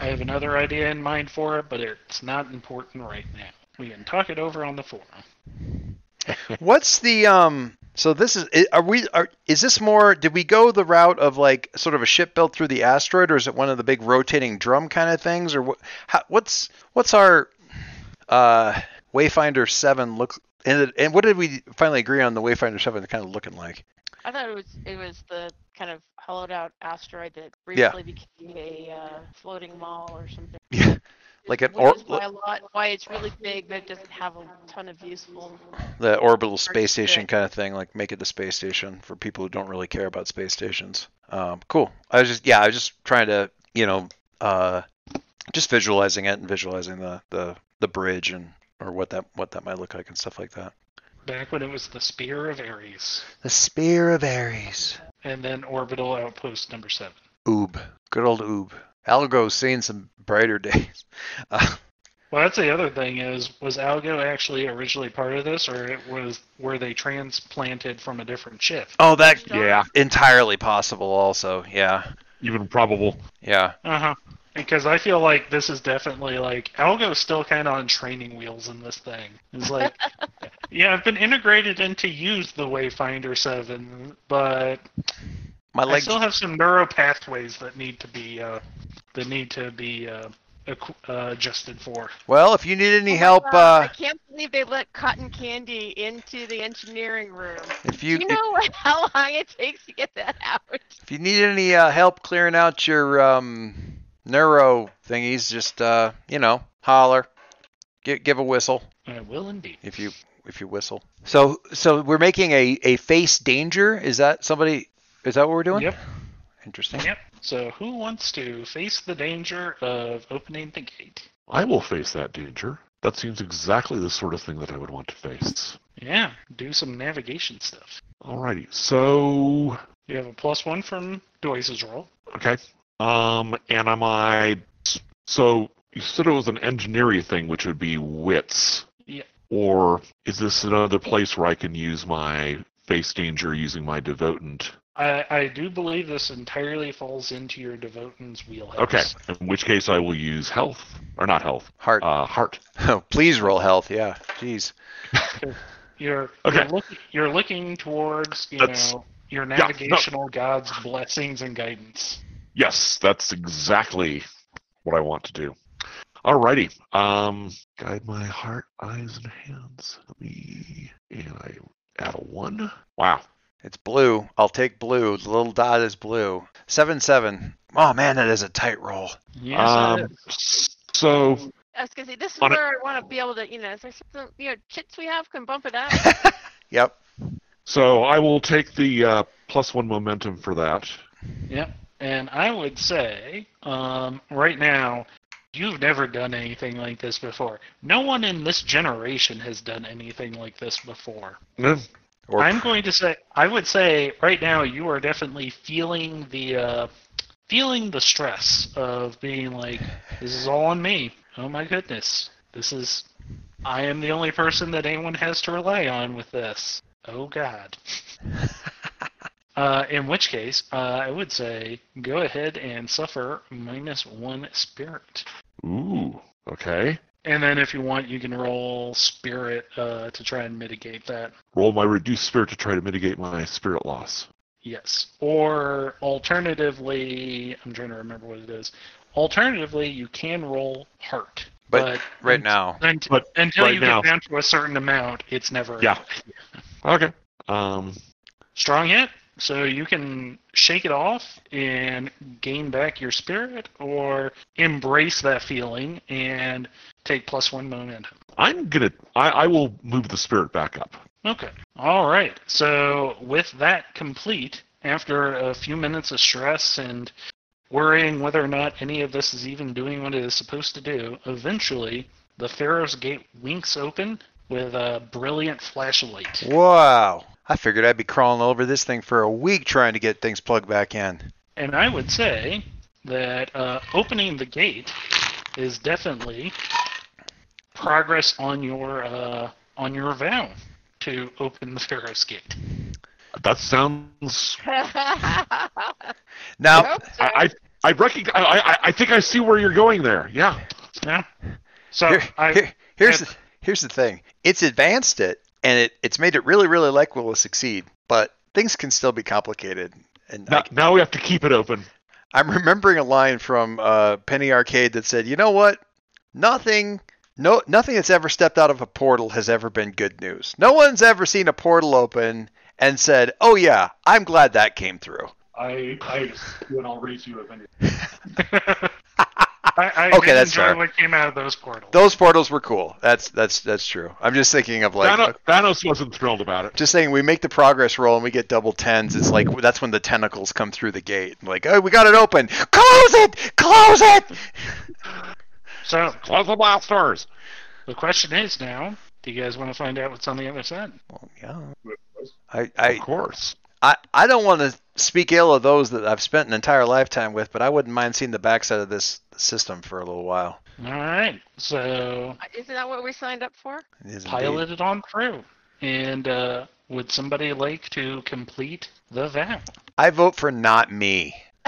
Speaker 1: I have another idea in mind for it, but it's not important right now. We can talk it over on the forum.
Speaker 4: What's the um? So this is i- are we are is this more? Did we go the route of like sort of a ship built through the asteroid, or is it one of the big rotating drum kind of things, or what? How, what's what's our uh Wayfinder Seven look? And, and what did we finally agree on the Wayfinder Seven kind of looking like? [LAUGHS]
Speaker 3: I thought it was it was the kind of hollowed out asteroid that
Speaker 4: Yeah.
Speaker 3: briefly became a uh, floating mall or something.
Speaker 4: Yeah, like an
Speaker 3: Which
Speaker 4: or
Speaker 3: is why a lot why it's really big, but it doesn't have a ton of useful.
Speaker 4: the orbital space station
Speaker 3: Arctic.
Speaker 4: kind of thing, like make it the space station for people who don't really care about space stations. Um, cool. I was just yeah, I was just trying to you know uh, just visualizing it and visualizing the the the bridge and or what that what that might look like and stuff like that.
Speaker 1: Back when it was the Spear of Ares,
Speaker 4: The Spear of Ares.
Speaker 1: and then Orbital Outpost number seven.
Speaker 4: Oob. Good old Oob. Algo's seen some brighter [LAUGHS] days. Uh,
Speaker 1: Well, that's the other thing is, was Algo actually originally part of this, or it was were they transplanted from a different ship?
Speaker 4: oh, that
Speaker 2: Yeah,
Speaker 4: entirely possible. Also, yeah,
Speaker 2: even probable.
Speaker 4: yeah.
Speaker 1: Uh huh. Because I feel like this is definitely like Algo's still kind of on training wheels in this thing. It's like, yeah, I've been integrated into use the Wayfinder Seven, but
Speaker 4: My
Speaker 1: I
Speaker 4: legs.
Speaker 1: still have some neuro pathways that need to be uh, that need to be uh, equ- uh, adjusted for.
Speaker 4: Well, if you need any
Speaker 3: Oh my
Speaker 4: help,
Speaker 3: God, I
Speaker 4: uh,
Speaker 3: can't believe they let cotton candy into the engineering room.
Speaker 4: if
Speaker 3: Do
Speaker 4: you
Speaker 3: you know [LAUGHS] how long it takes to get that out?
Speaker 4: If you need any uh, help clearing out your um, neuro thingies, just uh, you know, holler. Give, give a whistle
Speaker 1: I will indeed.
Speaker 4: if you if you whistle. So so we're making a a face danger. Is that somebody? Is that what we're doing?
Speaker 1: Yep.
Speaker 4: Interesting.
Speaker 1: Yep. So who wants to face the danger of opening the gate?
Speaker 2: I will face that danger. That seems exactly the sort of thing that I would want to face.
Speaker 1: Yeah, do some navigation stuff.
Speaker 2: Alrighty, so
Speaker 1: You have a plus one from Doyce's roll.
Speaker 2: Okay. Um, and am I? So you said it was an engineering thing, which would be wits.
Speaker 1: Yeah.
Speaker 2: Or is this another place where I can use my face danger using my devotant?
Speaker 1: I, I do believe this entirely falls into your devotion's wheelhouse.
Speaker 2: Okay. In which case, I will use health or not health,
Speaker 4: Heart.
Speaker 2: uh, heart.
Speaker 4: Oh, [LAUGHS] please roll health. Yeah. Jeez.
Speaker 1: You're
Speaker 2: Okay.
Speaker 1: you're, look, you're looking towards you
Speaker 2: That's-
Speaker 1: know your
Speaker 2: no.
Speaker 1: navigational god's blessings and guidance.
Speaker 2: Yes, that's exactly what I want to do. Alrighty. Um, guide my heart, eyes, and hands. Let me. And I add a one. Wow.
Speaker 4: It's blue. I'll take blue. The little dot is blue. Seven seven. Oh man, that is a tight roll.
Speaker 1: Yes, it
Speaker 2: um,
Speaker 1: is.
Speaker 2: so
Speaker 3: I was gonna say this is
Speaker 2: On it-
Speaker 3: where I want to be able to, you know, is there something, you know, chits we have can bump it up. [LAUGHS]
Speaker 4: Yep.
Speaker 2: So I will take the uh, plus one momentum for that.
Speaker 1: Yep. And I would say, um, right now, you've never done anything like this before. No one in this generation has done anything like this before.
Speaker 2: Eh,
Speaker 4: Or
Speaker 1: I'm going to say, I would say, right now, you are definitely feeling the uh, feeling the stress of being like, this is all on me. Oh my goodness, this is. I am the only person that anyone has to rely on with this. Oh God. Uh, in which case, uh, I would say go ahead and suffer minus one spirit.
Speaker 2: Ooh, okay.
Speaker 1: And then if you want, you can roll spirit uh, to try and mitigate that.
Speaker 2: Roll my reduced spirit to try to mitigate my spirit loss.
Speaker 1: Yes. Or alternatively, I'm trying to remember what it is. Alternatively, you can roll heart.
Speaker 4: But right
Speaker 1: unt-
Speaker 4: now.
Speaker 1: unt-
Speaker 2: but
Speaker 1: until
Speaker 2: right
Speaker 1: you
Speaker 2: now-
Speaker 1: get down to a certain amount, it's never.
Speaker 2: Yeah. Okay. Um,
Speaker 1: Strong hit. So you can shake it off and gain back your spirit, or embrace that feeling and take plus one momentum.
Speaker 2: I'm gonna. I, I will move the spirit back up.
Speaker 1: Okay. All right. So with that complete, after a few minutes of stress and worrying whether or not any of this is even doing what it is supposed to do, eventually the Pharaoh's gate winks open with a brilliant flashlight.
Speaker 4: Wow. I figured I'd be crawling over this thing for a week trying to get things plugged back in.
Speaker 1: And I would say that uh, opening the gate is definitely progress on your uh, on your vow to open the Pharaoh's gate.
Speaker 2: That sounds.
Speaker 4: Now,
Speaker 3: Nope, sorry.
Speaker 2: I I I, recognize, I I I think I see where you're going there. Yeah.
Speaker 1: Yeah. So
Speaker 4: Here-
Speaker 1: I,
Speaker 4: here- here's
Speaker 1: I-
Speaker 4: the, here's the thing. It's advanced it, and it, it's made it really, really likely to succeed. But things can still be complicated. And
Speaker 2: Now,
Speaker 4: I,
Speaker 2: now we have to keep it open.
Speaker 4: I'm remembering a line from uh, Penny Arcade that said, "You know what? Nothing, no, nothing that's ever stepped out of a portal has ever been good news. No one's ever seen a portal open and said, "Oh yeah, I'm glad that came through."
Speaker 5: I I when I'll read you if any.
Speaker 1: I, I
Speaker 4: Okay,
Speaker 1: did
Speaker 4: that's
Speaker 1: enjoy
Speaker 4: fair.
Speaker 1: what came out of those portals.
Speaker 4: Those portals were cool. That's that's that's true. I'm just thinking of like uh,
Speaker 2: Thano- Thanos wasn't thrilled about it.
Speaker 4: just saying we make the progress roll and we get double tens it's like that's when the tentacles come through the gate like oh we got it open close it close it
Speaker 1: So
Speaker 2: Close the blast doors.
Speaker 1: the question is now, do you guys want to find out what's on the other side?
Speaker 4: well, yeah
Speaker 5: Wait,
Speaker 4: I,
Speaker 2: Of
Speaker 4: I
Speaker 2: course.
Speaker 4: i i don't want to speak ill of those that i've spent an entire lifetime with but i wouldn't mind seeing the backside of this system for a little while
Speaker 1: All right. So
Speaker 3: Isn't that what we signed up for? [LAUGHS]
Speaker 4: It is indeed.
Speaker 1: pilot it on through. And uh, would somebody like to complete the vow?
Speaker 4: i vote for not me [LAUGHS]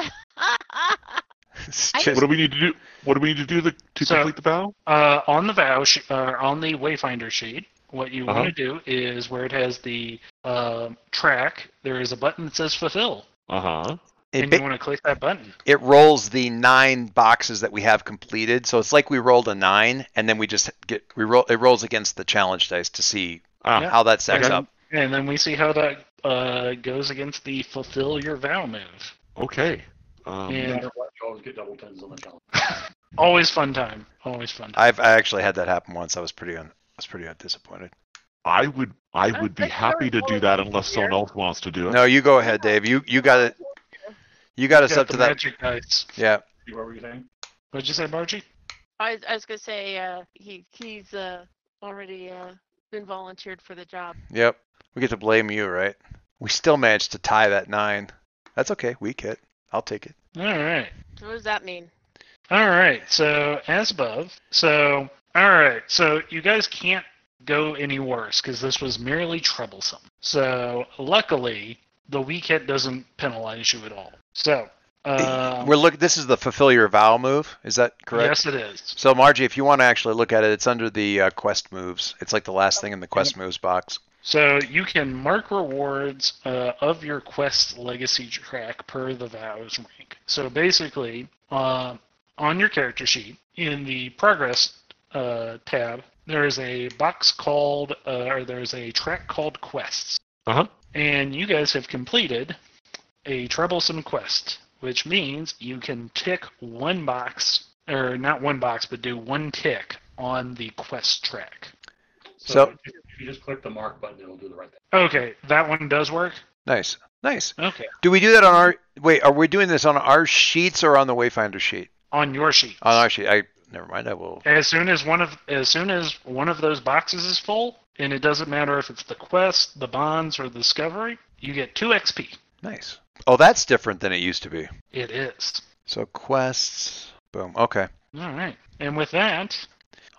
Speaker 4: It's
Speaker 3: I-
Speaker 2: What
Speaker 4: just-
Speaker 2: do we need to do? What do we need to do the, to
Speaker 1: So-
Speaker 2: complete the vow?
Speaker 1: Uh, on the vow, sh- uh, on the wayfinder sheet, what you
Speaker 2: Uh-huh.
Speaker 1: want to do is where it has the um track, there is a button that says fulfill,
Speaker 2: Uh huh.
Speaker 4: it
Speaker 1: and
Speaker 4: ba-
Speaker 1: you want to click that button.
Speaker 4: it rolls the nine boxes that we have completed. So it's like we rolled a nine, and then we just get we roll. It rolls against the challenge dice to see
Speaker 2: Ah,
Speaker 1: Yeah.
Speaker 4: how that stacks
Speaker 2: Okay.
Speaker 4: up.
Speaker 1: And then we see how that uh, goes against the fulfill your vow move.
Speaker 2: Okay. Um,
Speaker 1: Yeah.
Speaker 5: No matter what, you always get double tens on the challenge.
Speaker 1: Always fun time. Always fun. Time.
Speaker 4: I've I actually had that happen once. I was pretty un, I was pretty disappointed.
Speaker 2: I would I
Speaker 3: don't
Speaker 2: would be
Speaker 3: think
Speaker 2: happy to
Speaker 3: there
Speaker 2: do
Speaker 3: was
Speaker 2: that
Speaker 3: one
Speaker 2: unless someone
Speaker 3: here.
Speaker 2: else wants to do it.
Speaker 4: No, you go ahead, Dave. You you got it. You got us
Speaker 1: Got
Speaker 4: up
Speaker 1: the
Speaker 4: to that.
Speaker 1: Magic dice.
Speaker 4: Yeah.
Speaker 5: You what were you saying?
Speaker 1: What'd you say, Margie?
Speaker 3: I was, I was gonna say uh, he he's uh, already uh, been volunteered for the job.
Speaker 4: Yep. We get to blame you, right? We still managed to tie that nine. That's okay. We hit. I'll take it.
Speaker 1: All right.
Speaker 3: So what does that mean?
Speaker 1: All right. So as above. So all right. So you guys can't go any worse because this was merely troublesome. So luckily, the weak hit doesn't penalize you at all. So uh,
Speaker 4: We're look. This is the fulfill your vow move. Is that correct?
Speaker 1: yes, it is.
Speaker 4: So Margie, if you want to actually look at it, it's under the uh, quest moves. It's like the last thing in the quest moves box.
Speaker 1: So you can mark rewards uh, of your quest legacy track per the vows rank. So basically, uh, on your character sheet in the progress uh, tab, there is a box called, uh, or there is a track called quests.
Speaker 2: Uh huh.
Speaker 1: And you guys have completed a troublesome quest, which means you can tick one box, or not one box, but do one tick on the quest track.
Speaker 4: So-
Speaker 5: if you- if you just click the mark button, it'll do the right thing.
Speaker 1: Okay, that one does work.
Speaker 4: Nice. Nice.
Speaker 1: Okay.
Speaker 4: Do we do that on our? Wait, are we doing this on our sheets or on the Wayfinder sheet?
Speaker 1: on your sheet.
Speaker 4: On our sheet. I never mind. I will.
Speaker 1: as soon as one of as soon as one of those boxes is full, and it doesn't matter if it's the quest, the bonds, or the discovery, you get two XP.
Speaker 4: Nice. Oh, that's different than it used to be.
Speaker 1: It is.
Speaker 4: So quests. Boom. Okay.
Speaker 1: All right. And with that,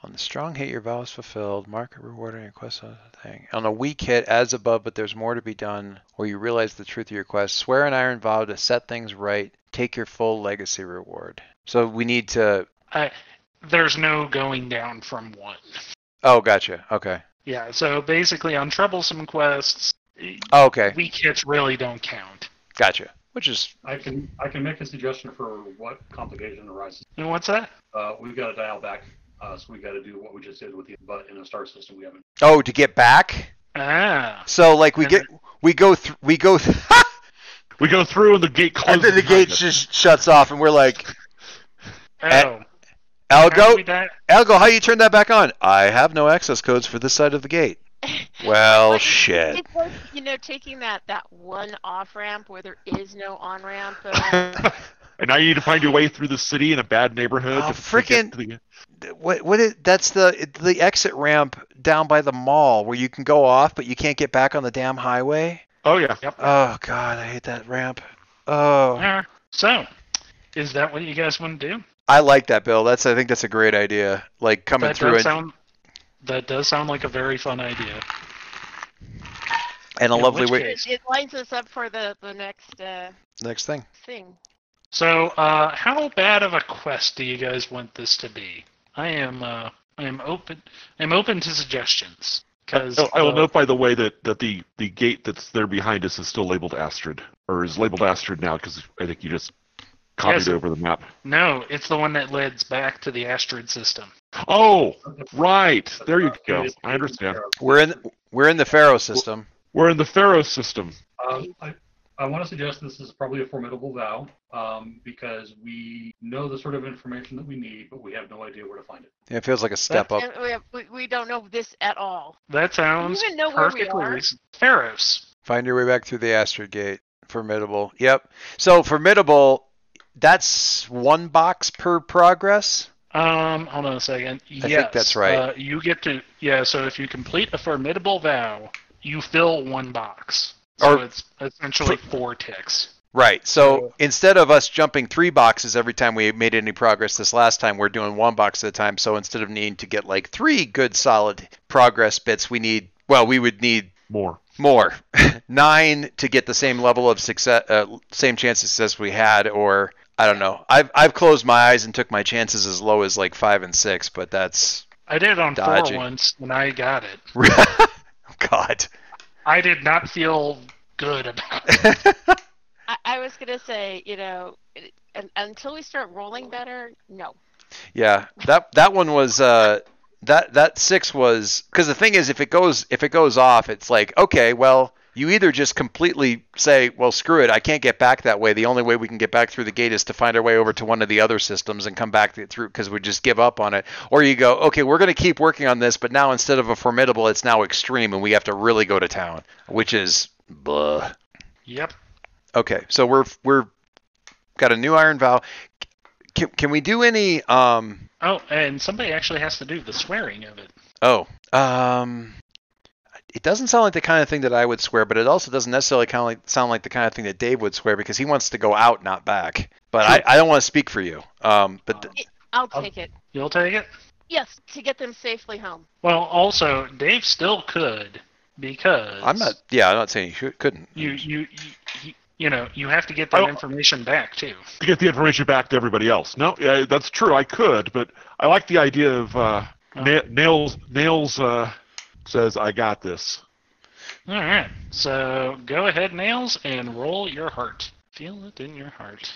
Speaker 4: On the strong hit, your vow is fulfilled. Market reward on your quest. on the Thing. On a weak hit, as above, but there's more to be done, or you realize the truth of your quest, swear an iron vow to set things right. Take your full legacy reward. So we need to.
Speaker 1: I, there's no going down from one.
Speaker 4: Oh, gotcha. Okay.
Speaker 1: Yeah. So basically, on troublesome quests,
Speaker 4: Oh, okay.
Speaker 1: weak hits really don't count.
Speaker 4: Gotcha. Which is
Speaker 5: I can I can make a suggestion for what complication arises.
Speaker 1: And what's that?
Speaker 5: Uh, we've got to dial back. Uh, so we got to do what we just did with the but in a star system we haven't.
Speaker 4: oh to get back.
Speaker 1: Ah.
Speaker 4: So like we
Speaker 1: And
Speaker 4: get we go through we go th- [LAUGHS]
Speaker 2: We go through and the gate closes.
Speaker 4: and then the
Speaker 2: behind
Speaker 4: gate
Speaker 2: us.
Speaker 4: just shuts off and we're like Eh,
Speaker 1: Oh. how do we
Speaker 4: Algo
Speaker 1: di-
Speaker 4: Algo how you turn that back on? I have no access codes for this side of
Speaker 1: [LAUGHS]
Speaker 4: the gate. Well shit.
Speaker 3: It's worth, you know, taking that that one off ramp where there is no on ramp.
Speaker 4: [LAUGHS]
Speaker 3: Uh,
Speaker 2: [LAUGHS] and now you need to find your way through the city in a bad neighborhood.
Speaker 4: Oh,
Speaker 2: to- to get
Speaker 4: frickin-
Speaker 2: to the-
Speaker 4: What what is that's the it- the exit ramp down by the mall where you can go off but you can't get back on the damn highway?
Speaker 2: Oh yeah.
Speaker 4: Oh god, I hate that ramp. Oh,
Speaker 1: Ah. So, is that what you guys want to do?
Speaker 4: I like that Bill. That's I think that's a great idea. Like coming
Speaker 1: That
Speaker 4: through
Speaker 1: does
Speaker 4: and,
Speaker 1: sound. That does sound like a very fun idea.
Speaker 4: and a
Speaker 1: in
Speaker 4: lovely
Speaker 1: which
Speaker 4: way.
Speaker 1: case-
Speaker 3: it, it lines us up for the the next uh,
Speaker 4: Next thing.
Speaker 3: thing.
Speaker 1: So, uh, how bad of a quest do you guys want this to be? I am, uh, I am open. I'm open to suggestions because uh,
Speaker 2: Oh, I will note, by the way, that, that the, the gate that's there behind us is still labeled Astrid, or is labeled Astrid now because I think you just copied
Speaker 1: Yes.
Speaker 2: over the map.
Speaker 1: no, it's the one that leads back to the Astrid system.
Speaker 2: Oh, right. There you go. I understand.
Speaker 4: We're in we're in the Pharaoh system.
Speaker 2: We're in the Pharaoh system.
Speaker 5: Um, I, I want to suggest this is probably a formidable vow um, because we know the sort of information that we need, but we have no idea where to find it.
Speaker 4: It feels like a step up.
Speaker 3: And we, have, we we don't know this at all.
Speaker 1: That sounds
Speaker 3: even know where we
Speaker 1: perfectly
Speaker 3: are?
Speaker 1: reasonable. Pharos.
Speaker 4: Find your way back through the Astrid Gate. Formidable. Yep. So formidable. That's one box per progress.
Speaker 1: Um, hold on a second.
Speaker 4: think
Speaker 1: yes,
Speaker 4: that's right.
Speaker 1: Uh, you get to yeah. So if you complete a formidable vow, you fill one box. So
Speaker 4: Or-
Speaker 1: it's essentially four ticks.
Speaker 4: Right. So instead of us jumping three boxes every time we made any progress this last time, we're doing one box at a time. So instead of needing to get like three good solid progress bits, we need well, we would need
Speaker 2: More.
Speaker 4: more [LAUGHS] nine to get the same level of success uh, same chance of success we had or i don't know i've i've closed my eyes and took my chances as low as like five and six but that's [LAUGHS]
Speaker 1: I did on
Speaker 4: Dodgy.
Speaker 1: four once, and I got it.
Speaker 4: god [LAUGHS]
Speaker 1: I did not feel good about it.
Speaker 3: I, I was gonna say, you know, it, un until we start rolling better, no.
Speaker 4: yeah that that one was uh that that six was because the thing is if it goes if it goes off it's like okay well You either just completely say, well, screw it, I can't get back that way. The only way we can get back through the gate is to find our way over to one of the other systems and come back through because we just give up on it. Or you go, okay, we're going to keep working on this, but now instead of a formidable, it's now extreme and we have to really go to town, which is blah.
Speaker 1: Yep.
Speaker 4: Okay, so we're we're got a new iron vow. Can, can we do any um
Speaker 1: Oh, and somebody actually has to do the swearing of it.
Speaker 4: Oh, um, it doesn't sound like the kind of thing that I would swear, but it also doesn't necessarily kind of like, sound like the kind of thing that Dave would swear because he wants to go out, not back. But I, I don't want to speak for you. Um,
Speaker 1: Oh,
Speaker 4: but th-
Speaker 3: I'll
Speaker 5: I'll-
Speaker 3: take it.
Speaker 1: You'll take it?
Speaker 3: Yes, to get them safely home.
Speaker 1: Well, also, Dave still could because
Speaker 4: I'm not. Yeah, I'm not saying you should, couldn't.
Speaker 1: You you you, you- you know you have to get that
Speaker 2: Oh.
Speaker 1: information back too.
Speaker 2: to get the information back to everybody else. No, yeah, that's true. I could, but I like the idea of uh, na- nails. Nails uh, says, "I got this."
Speaker 1: All right. So go ahead, nails, and roll your heart. Feel it in your heart.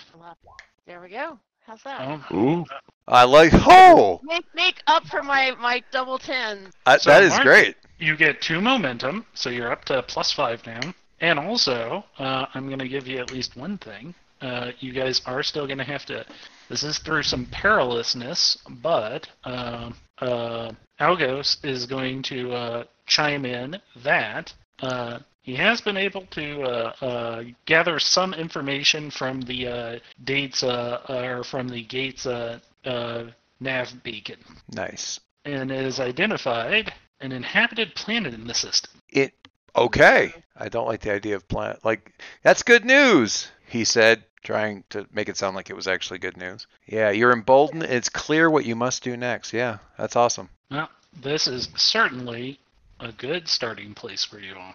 Speaker 3: There we go. How's that?
Speaker 1: Oh,
Speaker 2: Ooh,
Speaker 4: I like. Oh,
Speaker 3: Make make up for my my double ten.
Speaker 4: I,
Speaker 1: So
Speaker 4: that is
Speaker 1: Mark-
Speaker 4: great.
Speaker 1: you get two momentum, so you're up to plus five now. And also, uh, I'm going to give you at least one thing. Uh, you guys are still going to have to. This is through some perilousness, but um uh, Algos is going to uh, chime in that uh, he has been able to uh, uh, gather some information from the uh, dates uh, or from the gates uh, uh, nav beacon,
Speaker 4: Nice.
Speaker 1: and it has identified an inhabited planet in the system.
Speaker 4: It okay. I don't like the idea of planet. Like that's good news. He said, trying to make it sound like it was actually good news. Yeah, you're emboldened. It's clear what you must do next. Yeah, that's awesome.
Speaker 1: Well, this is certainly a good starting place for you all.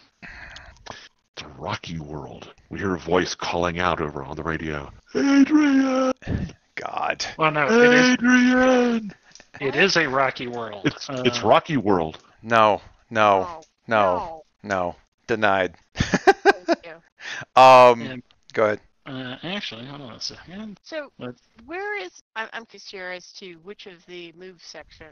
Speaker 2: it's a rocky world. We hear a voice calling out over on the radio. Adrian,
Speaker 4: God.
Speaker 1: Well, no, Oh, it is,
Speaker 2: Adrian.
Speaker 3: Uh,
Speaker 1: it is a rocky world.
Speaker 2: It's
Speaker 1: Uh,
Speaker 2: it's rocky world.
Speaker 4: No, no,
Speaker 3: Oh,
Speaker 4: no, no.
Speaker 3: [LAUGHS]
Speaker 4: Denied.
Speaker 3: no, thank you.
Speaker 1: Yeah.
Speaker 4: um, go ahead.
Speaker 1: Uh, actually, hold on a second.
Speaker 3: So
Speaker 1: Let's-
Speaker 3: where is I'm, I'm curious as to which of the move section.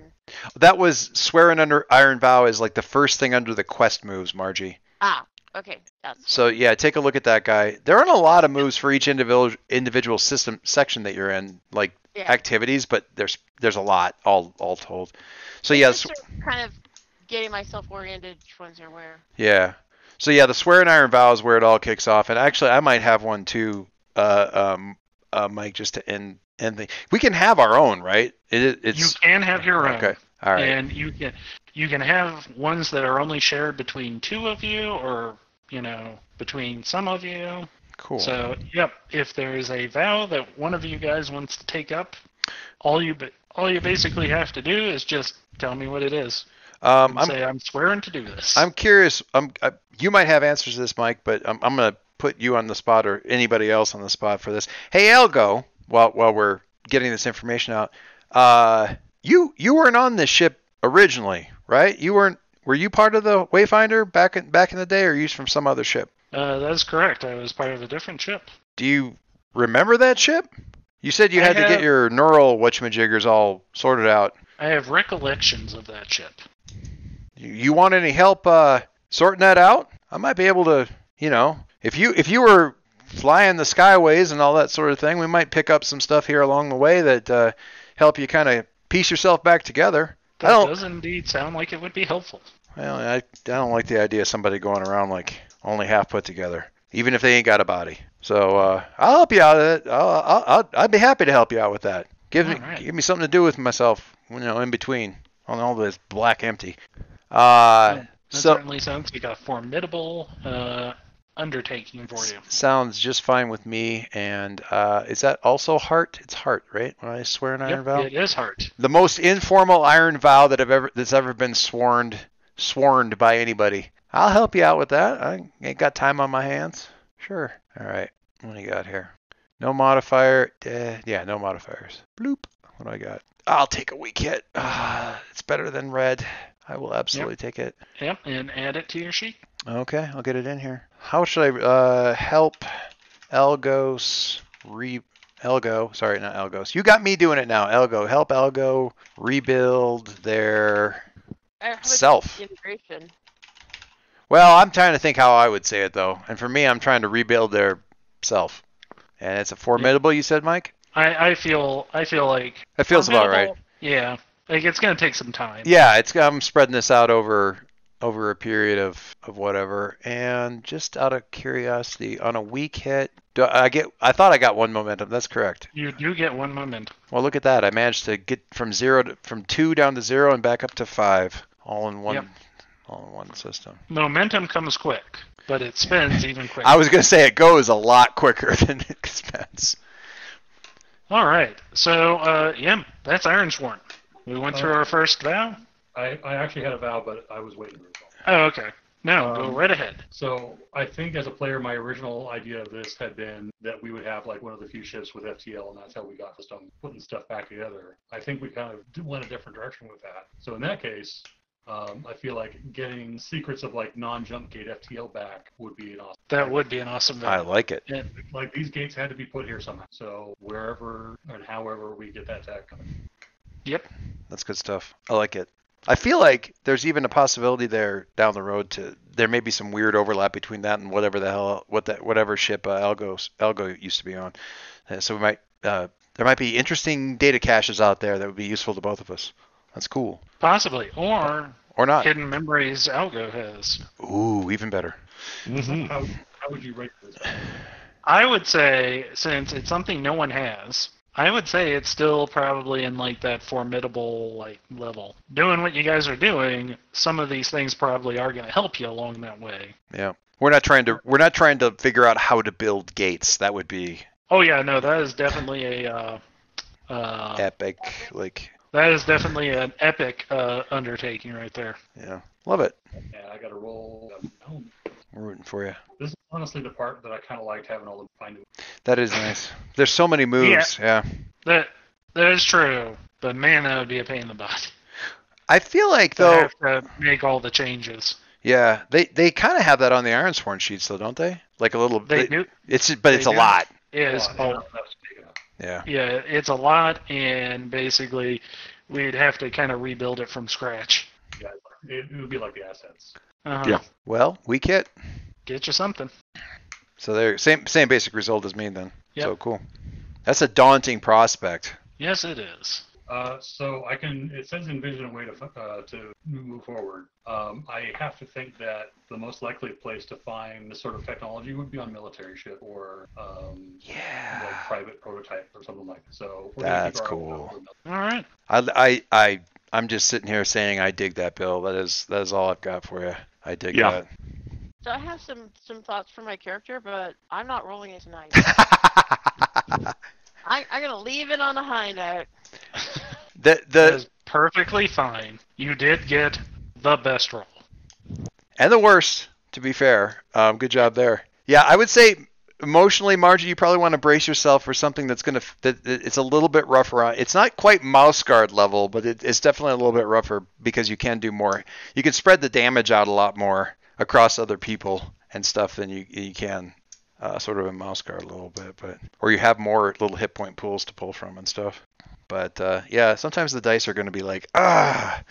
Speaker 4: That was swearing under Iron Vow is like the first thing under the quest moves, Margie.
Speaker 3: Ah, okay, that's
Speaker 4: So yeah, take a look at that guy. There aren't a lot of moves for each individual individual system section that you're in, like
Speaker 3: yeah.
Speaker 4: activities, but there's there's a lot all all told. So
Speaker 3: I'm
Speaker 4: yes,
Speaker 3: just sort of kind of getting myself oriented. Which ones are where?
Speaker 4: Yeah. So yeah, the swear and iron vow is where it all kicks off, and actually, I might have one too, uh, um, uh, Mike, just to end end the. We can have our own, right? It,
Speaker 1: You
Speaker 4: it's
Speaker 1: can have your own,
Speaker 4: okay. All right.
Speaker 1: and you can you can have ones that are only shared between two of you, or you know, between some of you.
Speaker 4: cool.
Speaker 1: So, yep, if there is a vow that one of you guys wants to take up, all you ba- all you basically have to do is just tell me what it is.
Speaker 4: um,
Speaker 1: and
Speaker 4: I'm
Speaker 1: say I'm swearing to do this.
Speaker 4: I'm curious. I'm I, you might have answers to this, Mike, but I'm I'm gonna put you on the spot or anybody else on the spot for this. Hey, Elgo, while while we're getting this information out, uh, you you weren't on this ship originally, right? You weren't. Were you part of the Wayfinder back in back in the day, or you from some other ship?
Speaker 1: Uh, that is correct. I was part of a different ship.
Speaker 4: Do you remember that ship? You said you
Speaker 1: I
Speaker 4: had to get
Speaker 1: have-
Speaker 4: your neural whatchamajiggers all sorted out.
Speaker 1: I have recollections of that ship.
Speaker 4: You, you want any help uh, sorting that out? I might be able to, you know, if you if you were flying the skyways and all that sort of thing, we might pick up some stuff here along the way that uh, help you kind of piece yourself back together. I
Speaker 1: That
Speaker 4: don't.
Speaker 1: does indeed sound like it would be helpful.
Speaker 4: Well, I, I don't like the idea of somebody going around like only half put together, even if they ain't got a body. So uh, I'll help you out. With it. I'll, I'll, I'll, I'd be happy to help you out with that. Give me,
Speaker 1: All right.
Speaker 4: give me something to do with myself, you know, in between on all this black empty.
Speaker 1: Yeah,
Speaker 4: Uh,
Speaker 1: That
Speaker 4: so
Speaker 1: certainly sounds like a formidable uh, undertaking for you.
Speaker 4: sounds just fine with me. And uh, is that also heart? It's heart, right? When I swear an iron
Speaker 1: Yep,
Speaker 4: vow.
Speaker 1: it is hard.
Speaker 4: The most informal iron vow that I've ever that's ever been sworn sworn by anybody. I'll help you out with that. I ain't got time on my hands. Sure. All right. What do you got here? No modifier. Eh, yeah, no modifiers. Bloop. What do I got? I'll take a weak hit. Ah, it's better than red. I will absolutely take it.
Speaker 1: Yep, and add it to your sheet.
Speaker 4: Okay, I'll get it in here. How should I uh, help Elgos re Elgo? Sorry, not Elgos. You got me doing it now. Elgo, help Elgo rebuild their
Speaker 3: Uh, how about
Speaker 4: self.
Speaker 3: integration?
Speaker 4: Well, I'm trying to think how I would say it though, and for me, I'm trying to rebuild their self, and it's a formidable. You said, Mike.
Speaker 1: I, I feel I feel like
Speaker 4: It feels about right.
Speaker 1: Yeah, like it's gonna take some time.
Speaker 4: Yeah, it's I'm spreading this out over over a period of of whatever, and just out of curiosity, on a weak hit, do I get? I thought I got one momentum. That's correct.
Speaker 1: You do get one momentum.
Speaker 4: Well, look at that. I managed to get from zero to, from two down to zero and back up to five, all in one,
Speaker 1: Yep.
Speaker 4: all in one system.
Speaker 1: Momentum comes quick, but it spins even quicker.
Speaker 4: I was gonna say it goes a lot quicker [LAUGHS] than it spends.
Speaker 1: All right. So, uh, yeah, that's Ironsworn. We went
Speaker 4: Uh,
Speaker 1: through our first vow.
Speaker 5: I, I actually had a vow, but I was waiting. for it.
Speaker 1: Oh, okay. No, go
Speaker 5: Um,
Speaker 1: right ahead.
Speaker 5: So I think as a player, my original idea of this had been that we would have like one of the few ships with FTL, and that's how we got the stone putting stuff back together. I think we kind of d- went a different direction with that. So in that case, um, I feel like getting secrets of like non-jump gate FTL back would be an awesome.
Speaker 1: That would be an awesome
Speaker 4: I
Speaker 1: vow.
Speaker 4: like it.
Speaker 5: Like these gates had to be put here somehow. So wherever and however we get that tech coming.
Speaker 1: Yep.
Speaker 4: That's good stuff. I like it. I feel like there's even a possibility there down the road to there may be some weird overlap between that and whatever the hell what that whatever ship uh, Algo Algo used to be on. Uh, so we might uh, there might be interesting data caches out there that would be useful to both of us. That's cool.
Speaker 1: Possibly. Or
Speaker 4: Or not.
Speaker 1: hidden memories Algo has.
Speaker 4: Ooh, even better.
Speaker 2: Mhm.
Speaker 5: How, how would you rate this?
Speaker 1: I would say, since it's something no one has, I would say it's still probably in like that formidable like level. Doing what you guys are doing, some of these things probably are going to help you along that way.
Speaker 4: Yeah. We're not trying to we're not trying to figure out how to build gates. That would be
Speaker 1: Oh yeah, no, that is definitely a uh, uh,
Speaker 4: epic. Like,
Speaker 1: that is definitely an epic uh, undertaking right there.
Speaker 4: yeah. Love it.
Speaker 5: And I got to roll. Oh,
Speaker 4: We're rooting for you.
Speaker 5: This is honestly the part that I kind of liked having all the finding.
Speaker 4: That is nice. There's so many moves. yeah.
Speaker 1: That that is true, but man, that would be a pain in the butt
Speaker 4: I feel like
Speaker 1: to
Speaker 4: though,
Speaker 1: have to make all the changes.
Speaker 4: yeah, they they kind of have that on the Ironsworn sheets though, don't they? Like a little.
Speaker 1: They do
Speaker 4: It's but
Speaker 1: they
Speaker 4: it's a
Speaker 1: do.
Speaker 4: lot.
Speaker 1: is
Speaker 5: Oh,
Speaker 1: all
Speaker 5: and that was taken out.
Speaker 4: Yeah.
Speaker 1: Yeah, it's a lot, and basically, we'd have to kind of rebuild it from scratch.
Speaker 5: Yeah, it, it would be like the assets.
Speaker 1: uh
Speaker 2: Yeah.
Speaker 4: Well, we kit.
Speaker 1: Get you something.
Speaker 4: So there, same same basic result as me then.
Speaker 1: Yep.
Speaker 4: So cool. That's a daunting prospect.
Speaker 1: Yes, it is.
Speaker 5: Uh, so I can. It says envision a way to f- uh, to move forward. Um, I have to think that the most likely place to find this sort of technology would be on military ship or um,
Speaker 4: [SIGHS]
Speaker 5: like
Speaker 4: Yeah.
Speaker 5: private prototype or something like that. So we're gonna keep
Speaker 4: That's
Speaker 5: our eye
Speaker 4: cool.
Speaker 5: out for mil-
Speaker 1: All right.
Speaker 4: I I I I'm just sitting here saying I dig that bill. That is that is all I've got for you. I dig
Speaker 2: Yeah.
Speaker 4: that.
Speaker 3: So I have some some thoughts for my character, but I'm not rolling it
Speaker 4: [LAUGHS]
Speaker 3: tonight. I, I'm gonna leave it on a high note.
Speaker 4: the
Speaker 1: That
Speaker 4: the
Speaker 1: is perfectly fine. You did get the best roll.
Speaker 4: and the worst, to be fair. Um, good job there. Yeah, I would say emotionally, Margie, you probably want to brace yourself for something that's gonna f- that that it's a little bit rougher on. It's not quite mouse guard level, but it, it's definitely a little bit rougher because you can do more. You can spread the damage out a lot more across other people and stuff than you you can. Uh, sort of in mouse guard a little bit, but or you have more little hit point pools to pull from and stuff. But uh, yeah, sometimes the dice are going to be like, ah.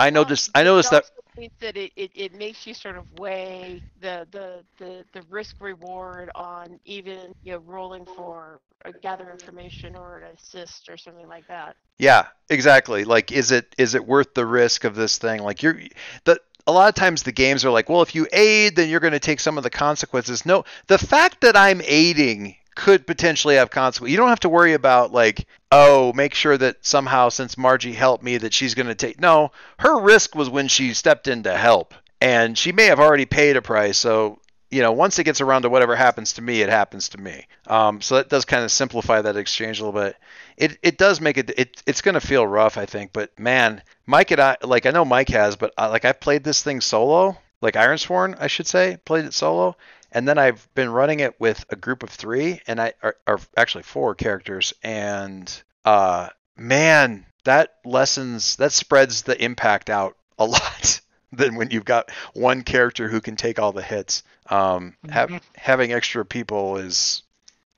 Speaker 4: I noticed. I noticed that.
Speaker 3: I think that it, it, it makes you sort of weigh the the, the, the risk reward on even you know rolling for uh gather information or an assist or something like that.
Speaker 4: Yeah, exactly. Like, is it is it worth the risk of this thing? Like, you're the a lot of times the games are like, well, if you aid, then you're going to take some of the consequences. No, the fact that I'm aiding could potentially have consequences. You don't have to worry about like, oh, make sure that somehow since Margie helped me that she's going to take. No, her risk was when she stepped in to help, and she may have already paid a price. So you know, once it gets around to whatever happens to me, it happens to me. Um, so that does kind of simplify that exchange a little bit it it does make it, it it's going to feel rough i think but man mike and i like i know mike has but I, like i've played this thing solo like ironsworn i should say played it solo and then i've been running it with a group of three and i are, are actually four characters and uh man that lessens that spreads the impact out a [LAUGHS] lot than when you've got one character who can take all the hits um have,
Speaker 1: Mhm.
Speaker 4: having extra people is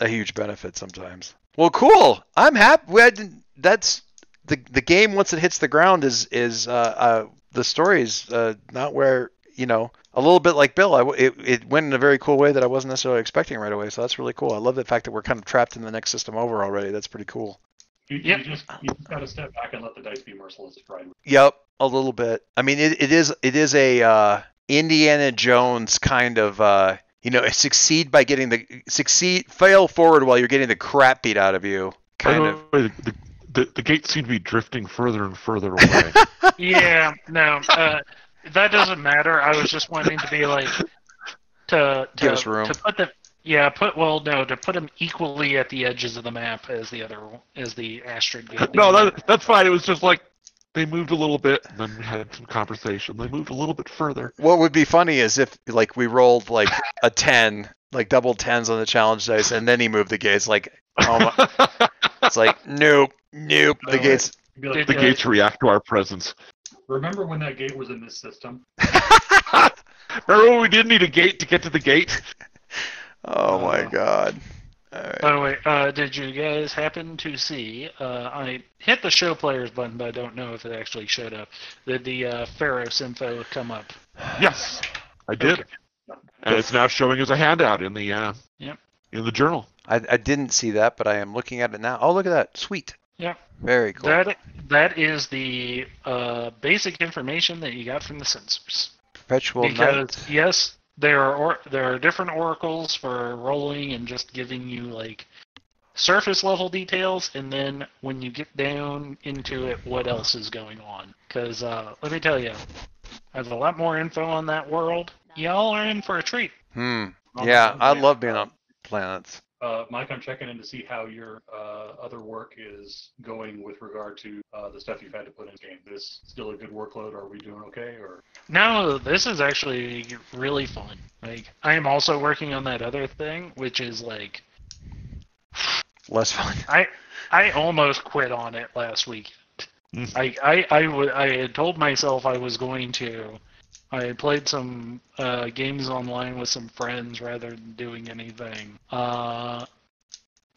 Speaker 4: a huge benefit sometimes. Well, cool. I'm happy. We had, that's the the game once it hits the ground is is uh, uh, the story is uh, not where you know, a little bit like Bill, I w it, it went in a very cool way that I wasn't necessarily expecting right away. So that's really cool. I love the fact that we're kind of trapped in the next system over already. That's pretty cool.
Speaker 5: You, you
Speaker 1: Yep.
Speaker 5: just you just gotta step back and let the dice be merciless, right?
Speaker 4: Yep, a little bit. I mean, it, it is it is a uh, Indiana Jones kind of uh, you know succeed by getting the succeed fail forward while you're getting the crap beat out of you kind
Speaker 2: By
Speaker 4: of.
Speaker 1: Uh-huh.
Speaker 2: the way, the, the, the gates seem to be drifting further and
Speaker 1: [LAUGHS]
Speaker 2: further away.
Speaker 1: yeah, no, uh, that doesn't matter. I was just wanting to be like to to,
Speaker 4: Give us room.
Speaker 1: to put the yeah put well no to put them equally at the edges of the map as the other as the Astrid. Gate.
Speaker 2: no, that, that's fine. It was just like they moved a little bit, and then we had some conversation. They moved a little bit further.
Speaker 4: What would be funny is if like we rolled like a ten, like double tens on the challenge dice, and then he moved the gates. Like, oh my, it's like nope, nope.
Speaker 1: No
Speaker 4: The
Speaker 1: way.
Speaker 4: gates.
Speaker 5: You'd be like,
Speaker 2: the
Speaker 1: Yeah.
Speaker 2: gates react to our presence. [LAUGHS]
Speaker 5: remember when that gate was in this system?
Speaker 2: Remember when we did need a gate to get to the gate?
Speaker 4: Oh my
Speaker 5: Uh.
Speaker 4: god. All right.
Speaker 1: By the way, uh, did you guys happen to see? Uh, I hit the show players button, but I don't know if it actually showed up. Did the uh, Pharos info come up?
Speaker 2: Yes, I did,
Speaker 1: Okay.
Speaker 2: and it's now showing as a handout in the uh,
Speaker 1: Yep.
Speaker 2: in the journal.
Speaker 4: I, I didn't see that, but I am looking at it now. Oh, look at that. Sweet.
Speaker 1: Yeah.
Speaker 4: Very cool.
Speaker 1: That that is the uh, basic information that you got from the sensors.
Speaker 4: Perpetual
Speaker 1: because
Speaker 4: night.
Speaker 1: yes, there are or, there are different oracles for rolling and just giving you like surface level details, and then when you get down into it, what else is going on? Because uh, let me tell you, there's a lot more info on that world. Y'all are in for a treat.
Speaker 4: Hmm.
Speaker 5: I'll-
Speaker 4: Yeah,
Speaker 5: I'll-
Speaker 4: I love being on planets.
Speaker 5: Uh, Mike, I'm checking in to see how your uh, other work is going with regard to uh, the stuff you've had to put in game. This still a good workload? Are we doing okay? Or
Speaker 1: No, this is actually really fun. Like I am also working on that other thing, which is like
Speaker 4: Less fun. [LAUGHS]
Speaker 1: I I almost quit on it last week.
Speaker 2: Mm.
Speaker 1: I I I would I had told myself I was going to. I had played some uh, games online with some friends rather than doing anything. Uh,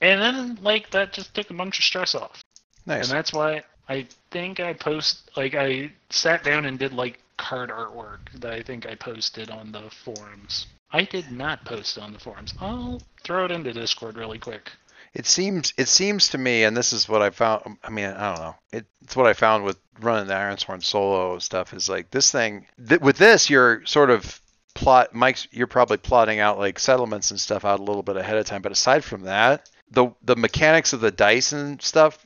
Speaker 1: and then like that just took a bunch of stress off.
Speaker 4: Nice.
Speaker 1: And that's why I think I post like I sat down and did like card artwork that I think I posted on the forums. I did not post on the forums. I'll throw it into Discord really quick.
Speaker 4: It seems it seems to me, and this is what I found. I mean, I don't know. It, it's what I found with running the Ironborn solo stuff is like this thing. Th- with this, you're sort of plot. Mike's you're probably plotting out like settlements and stuff out a little bit ahead of time. But aside from that, the the mechanics of the dice and stuff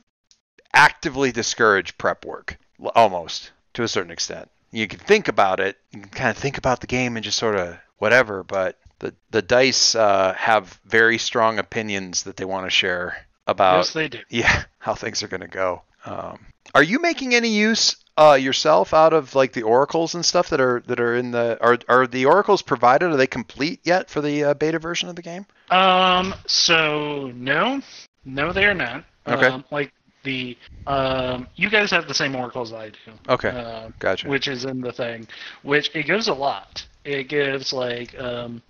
Speaker 4: actively discourage prep work l- almost to a certain extent. You can think about it, you can kind of think about the game and just sort of whatever, but the the dice uh, have very strong opinions that they want to share about
Speaker 1: yes, they do.
Speaker 4: yeah [LAUGHS] how things are going to go. Um, are you making any use uh, yourself out of like the oracles and stuff that are that are in the are are the oracles provided? Are they complete yet for the uh, beta version of the game?
Speaker 1: Um. So no, no, they are not.
Speaker 4: Okay.
Speaker 1: Um, like the um, you guys have the same oracles I do.
Speaker 4: Okay,
Speaker 1: Um,
Speaker 4: gotcha.
Speaker 1: which is in the thing, which it gives a lot. It gives like um,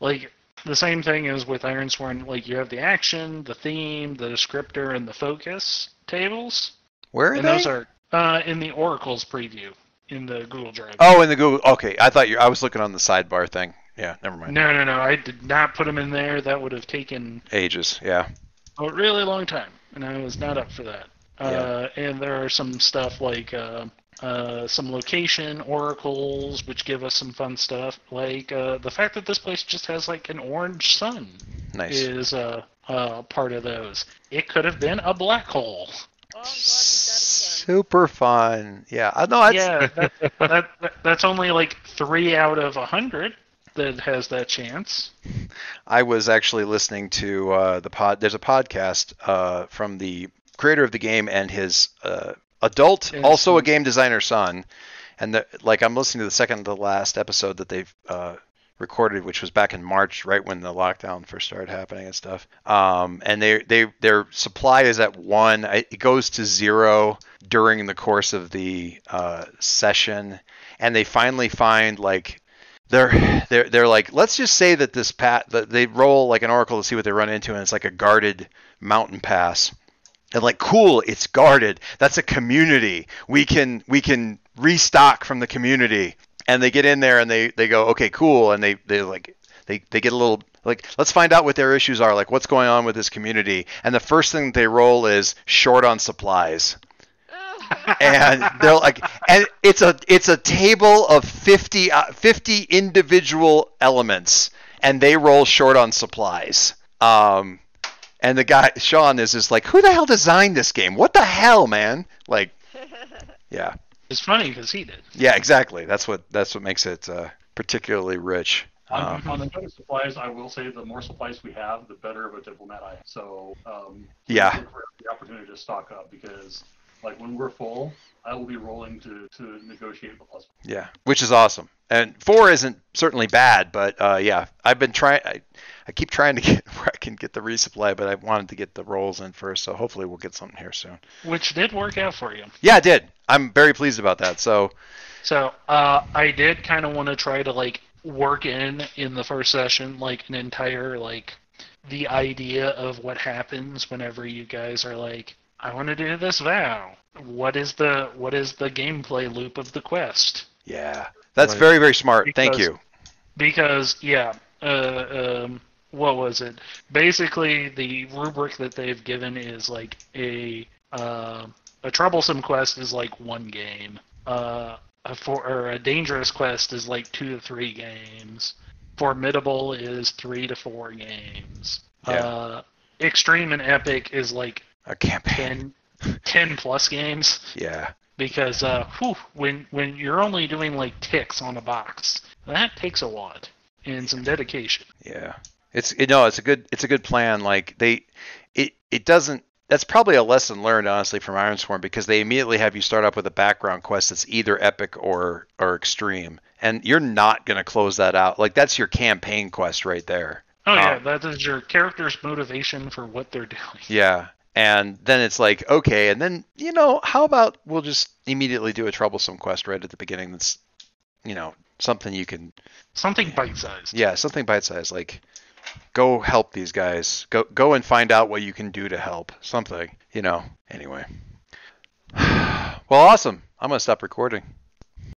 Speaker 1: like the same thing as with Ironsworn. Like you have the action, the theme, the descriptor, and the focus tables,
Speaker 4: Where are
Speaker 1: and
Speaker 4: they?
Speaker 1: those are uh, in the oracles preview in the Google Drive.
Speaker 4: Oh, in the Google. Okay, I thought you. I was looking on the sidebar thing. Yeah, never mind.
Speaker 1: No, no, no! I did not put them in there. That would have taken
Speaker 4: Ages. Yeah.
Speaker 1: a really long time, and I was not up for that. Uh, and there are some stuff like uh, uh, some location oracles, which give us some fun stuff. Like uh, the fact that this place just has like an orange sun
Speaker 4: Nice.
Speaker 1: is uh, uh, part of those. It could have been a black hole.
Speaker 3: Oh, I'm glad we got it done.
Speaker 4: Super fun. Yeah. I know. That's,
Speaker 1: Yeah, that, that, that, that's only like three out of a hundred that has that chance.
Speaker 4: I was actually listening to uh, the pod. There's a podcast uh, from the creator of the game and his uh, adult,
Speaker 1: And
Speaker 4: also a
Speaker 1: son.
Speaker 4: game designer son. And the, like, I'm listening to the second to last episode that they've uh, recorded, which was back in March, right when the lockdown first started happening and stuff. Um, and they they their supply is at one. I- It goes to zero during the course of the uh, session, and they finally find like they're they're they're like let's just say that this pat that they roll like an oracle to see what they run into and it's like a guarded mountain pass and like cool it's guarded that's a community we can we can restock from the community and they get in there and they they go okay cool and they they like they they get a little like let's find out what their issues are like what's going on with this community and the first thing they roll is short on supplies and they're like and it's a it's a table of 50 uh, 50 individual elements and they roll short on supplies um and the guy Sean is just like who the hell designed this game what the hell man like yeah
Speaker 1: It's funny because he did.
Speaker 4: yeah exactly that's what that's what makes it uh, particularly rich
Speaker 5: On,
Speaker 4: Um,
Speaker 5: on the note of supplies, I will say the more supplies we have, the better of a diplomat I am. So um,
Speaker 4: yeah
Speaker 5: look for the opportunity to stock up because, like, when we're full, I will be rolling to, to negotiate with us.
Speaker 4: Yeah, which is awesome. And four isn't certainly bad, but uh, yeah, I've been trying. I, I keep trying to [LAUGHS] get where I can get the resupply, but I wanted to get the rolls in first, so hopefully we'll get something here soon.
Speaker 1: Which did work out for you.
Speaker 4: Yeah, I did. I'm very pleased about that. So
Speaker 1: So uh, I did kind of want to try to like work in in the first session like an entire like the idea of what happens whenever you guys are like I want to do this vow. What is the what is the gameplay loop of the quest?
Speaker 4: yeah, that's
Speaker 2: Right.
Speaker 4: very very smart. Thank
Speaker 1: Because-
Speaker 4: you.
Speaker 1: Because yeah, uh, um, what was it? Basically, the rubric that they've given is like a uh, a troublesome quest is like one game. Uh, a for or a dangerous quest is like two to three games. Formidable is three to four games.
Speaker 4: Yeah.
Speaker 1: Uh, extreme and epic is like
Speaker 4: A campaign.
Speaker 1: [LAUGHS] 10, 10 plus games
Speaker 4: [LAUGHS] Yeah,
Speaker 1: because uh, whew, when when you're only doing like ticks on a box, that takes a lot and some dedication.
Speaker 4: yeah. It's it, no, it's a good it's a good plan. Like they, it it doesn't. That's probably a lesson learned, honestly, from Ironsworn because they immediately have you start off with a background quest that's either epic or or extreme, and you're not going to close that out. Like that's your campaign quest right there.
Speaker 1: Oh yeah,
Speaker 4: Um,
Speaker 1: that is your character's motivation for what they're [LAUGHS] doing.
Speaker 4: Yeah. And then it's like, okay, and then, you know, how about we'll just immediately do a troublesome quest right at the beginning that's, you know, something you can,
Speaker 1: Something bite-sized.
Speaker 4: yeah, something bite sized, like go help these guys. Go go and find out what you can do to help. [SIGHS] Something, you know. Anyway. Well, awesome. I'm going to stop recording.